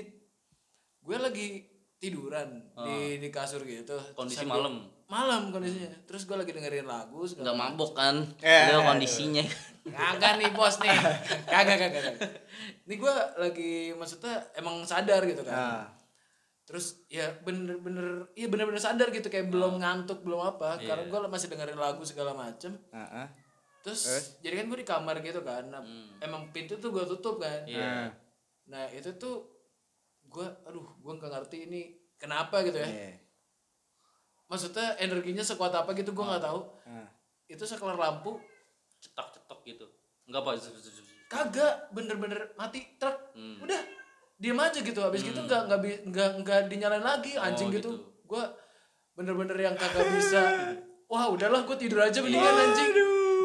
[SPEAKER 4] gue lagi tiduran
[SPEAKER 1] Ah.
[SPEAKER 4] di di kasur gitu
[SPEAKER 1] kondisi
[SPEAKER 4] Sambil-
[SPEAKER 1] malam
[SPEAKER 4] malam kondisinya terus gue lagi dengerin lagu segala
[SPEAKER 1] Hmm. nggak mabok kan
[SPEAKER 3] Eh.
[SPEAKER 1] Udah kondisinya
[SPEAKER 4] Kagak nih bos nih. Kagak kagak kagak. Ini gue lagi maksudnya emang sadar gitu kan.
[SPEAKER 3] Nah.
[SPEAKER 4] Terus ya bener-bener iya bener-bener sadar gitu kayak belum ngantuk belum apa karena gue masih dengerin lagu segala macem.
[SPEAKER 3] Heeh.
[SPEAKER 4] Terus jadi kan gue di kamar gitu kan. Nah, Emang pintu tuh gue tutup kan.
[SPEAKER 1] Iya.
[SPEAKER 4] Nah itu tuh gue aduh gue nggak ngerti ini kenapa gitu ya.
[SPEAKER 3] Iya.
[SPEAKER 4] Maksudnya energinya sekuat apa gitu gue nggak tahu.
[SPEAKER 3] Nah.
[SPEAKER 4] Itu sekelar lampu
[SPEAKER 1] cetok cetok gitu nggak apa zup, zup, zup.
[SPEAKER 4] kagak bener-bener mati truk
[SPEAKER 1] Hmm.
[SPEAKER 4] udah diem aja gitu habis gitu nggak nggak bi- nggak nggak dinyalain lagi
[SPEAKER 1] Oh,
[SPEAKER 4] anjing gitu, gue bener-bener yang kagak bisa wah udahlah gue tidur aja mendingan anjing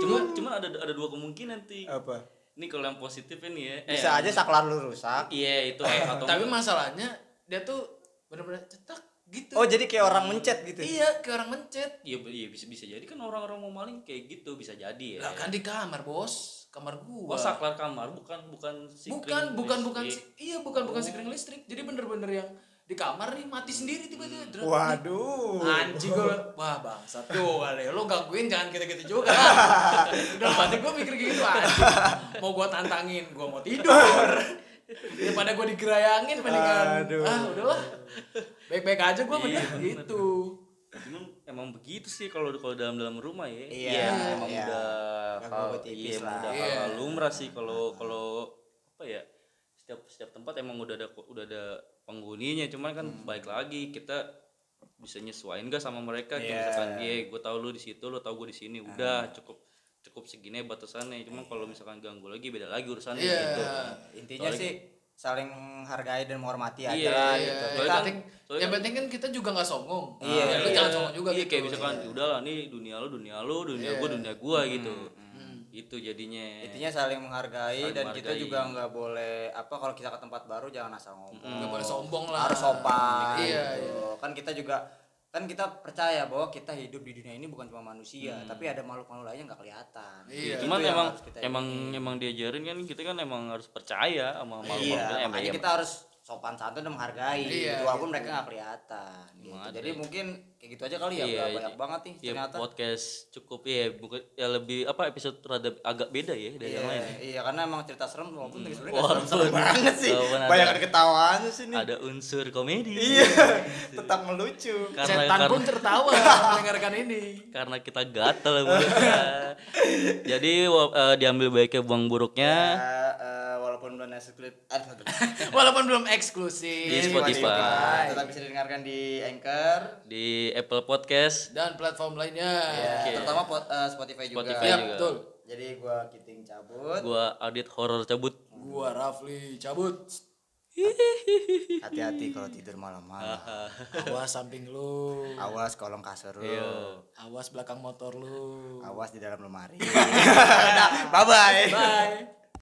[SPEAKER 1] cuma Iya. cuma ada ada dua kemungkinan ti
[SPEAKER 3] apa
[SPEAKER 1] ini kalau yang positif ini ya eh,
[SPEAKER 3] bisa aja saklar lu rusak
[SPEAKER 1] iya itu eh atau
[SPEAKER 4] tapi masalahnya dia tuh bener-bener cetak gitu
[SPEAKER 3] oh jadi kayak orang mencet gitu
[SPEAKER 4] iya kayak orang mencet
[SPEAKER 1] Iya, iya bisa bisa jadi kan orang-orang mau maling kayak gitu bisa jadi ya.
[SPEAKER 4] lah kan di kamar bos kamar gua
[SPEAKER 1] Oh, saklar kamar bukan bukan si
[SPEAKER 4] bukan bukan bukan si- iya bukan
[SPEAKER 1] Oh.
[SPEAKER 4] bukan si kering listrik jadi bener-bener yang di kamar nih mati sendiri tiba-tiba
[SPEAKER 1] Hmm.
[SPEAKER 4] Drak, nih.
[SPEAKER 3] waduh
[SPEAKER 4] Anjing gue wah bangsat tuh kali lo gangguin jangan gitu-gitu juga. Udah pasti gue mikir kayak gitu anjing. Mau gue tantangin, gue mau tidur. Daripada gue digerayangin mendingan
[SPEAKER 3] Aduh.
[SPEAKER 4] ah udahlah. Baik-baik aja
[SPEAKER 1] Iya,
[SPEAKER 4] gue mending gitu.
[SPEAKER 1] Cuman emang begitu sih kalau kalau dalam dalam rumah ya.
[SPEAKER 3] Iya,
[SPEAKER 1] emang
[SPEAKER 3] iya.
[SPEAKER 1] udah
[SPEAKER 3] Ganggu
[SPEAKER 1] hal iya,
[SPEAKER 3] betipis
[SPEAKER 1] emang
[SPEAKER 3] lah. Nah.
[SPEAKER 1] udah
[SPEAKER 4] Iya.
[SPEAKER 1] hal lumrah sih kalau kalau apa ya setiap setiap tempat emang udah ada udah ada penghuninya cuman kan
[SPEAKER 3] Hmm.
[SPEAKER 1] baik lagi kita bisa nyesuaiin gak sama mereka kayak
[SPEAKER 3] Iya. Ah.
[SPEAKER 1] misalkan iya gue tau lu di situ lu tau gue di sini udah cukup cukup segini batasannya cuman kalau misalkan ganggu lagi beda lagi urusannya
[SPEAKER 4] Iya.
[SPEAKER 1] gitu
[SPEAKER 3] Nah. intinya
[SPEAKER 1] Soalnya-
[SPEAKER 3] sih saling menghargai dan menghormati aja
[SPEAKER 1] Iya,
[SPEAKER 3] lah
[SPEAKER 1] iya, iya.
[SPEAKER 3] gitu
[SPEAKER 4] Yang
[SPEAKER 1] Soalnya
[SPEAKER 3] Kita-
[SPEAKER 4] penting,
[SPEAKER 1] soalnya
[SPEAKER 4] yang
[SPEAKER 1] kan-
[SPEAKER 4] penting kan kita juga nggak songong.
[SPEAKER 3] Iya.
[SPEAKER 4] Ya, Lu
[SPEAKER 1] Iya.
[SPEAKER 4] jangan songong juga
[SPEAKER 1] iya,
[SPEAKER 4] gitu.
[SPEAKER 1] kayak misalkan udah lah nih dunia lu dunia lu dunia
[SPEAKER 3] Iya.
[SPEAKER 1] gua dunia gua gitu
[SPEAKER 3] Hmm,
[SPEAKER 1] itu jadinya
[SPEAKER 3] intinya saling menghargai
[SPEAKER 1] Saling
[SPEAKER 3] dan kita
[SPEAKER 1] menghargai.
[SPEAKER 3] juga nggak boleh apa kalau kita ke tempat baru jangan asal ngomong
[SPEAKER 4] Nggak boleh sombong lah.
[SPEAKER 3] harus sopan
[SPEAKER 4] Iya,
[SPEAKER 3] gitu. kan kita juga kan kita percaya bahwa kita hidup di dunia ini bukan cuma manusia tapi ada makhluk-makhluk lainnya nggak kelihatan
[SPEAKER 4] Mm. Iya.
[SPEAKER 3] Itu
[SPEAKER 1] cuman
[SPEAKER 3] yang
[SPEAKER 1] emang
[SPEAKER 3] harus kita
[SPEAKER 1] emang emang diajarin kan kita kan emang harus percaya sama ya, malu
[SPEAKER 3] iya
[SPEAKER 1] emang,
[SPEAKER 3] makanya kita harus sopan santun dan menghargai
[SPEAKER 4] Iya,
[SPEAKER 3] gitu, walaupun mereka nggak kelihatan gitu.
[SPEAKER 1] Emang ada.
[SPEAKER 3] jadi mungkin kayak gitu aja kali
[SPEAKER 1] Iya,
[SPEAKER 3] ya nggak
[SPEAKER 1] iya.
[SPEAKER 3] banyak banget nih
[SPEAKER 1] ya,
[SPEAKER 3] ternyata
[SPEAKER 1] podcast cukup ya bukan ya lebih apa episode rada agak beda ya dari
[SPEAKER 3] Iya,
[SPEAKER 1] yang lain Mm.
[SPEAKER 3] iya karena emang cerita serem walaupun sebenarnya nggak
[SPEAKER 1] Walaupun-
[SPEAKER 3] serem-serem banget sih.
[SPEAKER 1] walaupun ada-
[SPEAKER 3] Banyak ketawaannya sih nih.
[SPEAKER 1] ada unsur komedi
[SPEAKER 3] Iya, tetap melucu.
[SPEAKER 1] karena
[SPEAKER 4] Setan
[SPEAKER 1] karena,
[SPEAKER 4] pun tertawa mendengarkan ini.
[SPEAKER 1] karena kita gatel mulutnya. jadi wa- eh, diambil baiknya buang buruknya
[SPEAKER 3] Eh, eh, walaupun belum eksklusif
[SPEAKER 4] Walaupun belum eksklusif
[SPEAKER 1] Di Spotify.
[SPEAKER 3] tetap bisa didengarkan di Anchor.
[SPEAKER 1] di Apple Podcast
[SPEAKER 4] dan platform lainnya.
[SPEAKER 1] Iya,
[SPEAKER 3] Ya, Terutama po- eh, Spotify,
[SPEAKER 1] Spotify
[SPEAKER 4] Iya,
[SPEAKER 3] juga.
[SPEAKER 1] juga.
[SPEAKER 4] betul.
[SPEAKER 3] Jadi gua kiting cabut.
[SPEAKER 1] gua audit horror cabut
[SPEAKER 4] Gua Rafli cabut.
[SPEAKER 3] Hati-hati kalau tidur malam-malam.
[SPEAKER 4] Awas samping lu.
[SPEAKER 3] Awas kolong kasur lu.
[SPEAKER 4] Iya. Awas belakang motor lu.
[SPEAKER 3] Awas di dalam lemari. Udah, bye-bye.
[SPEAKER 4] Bye.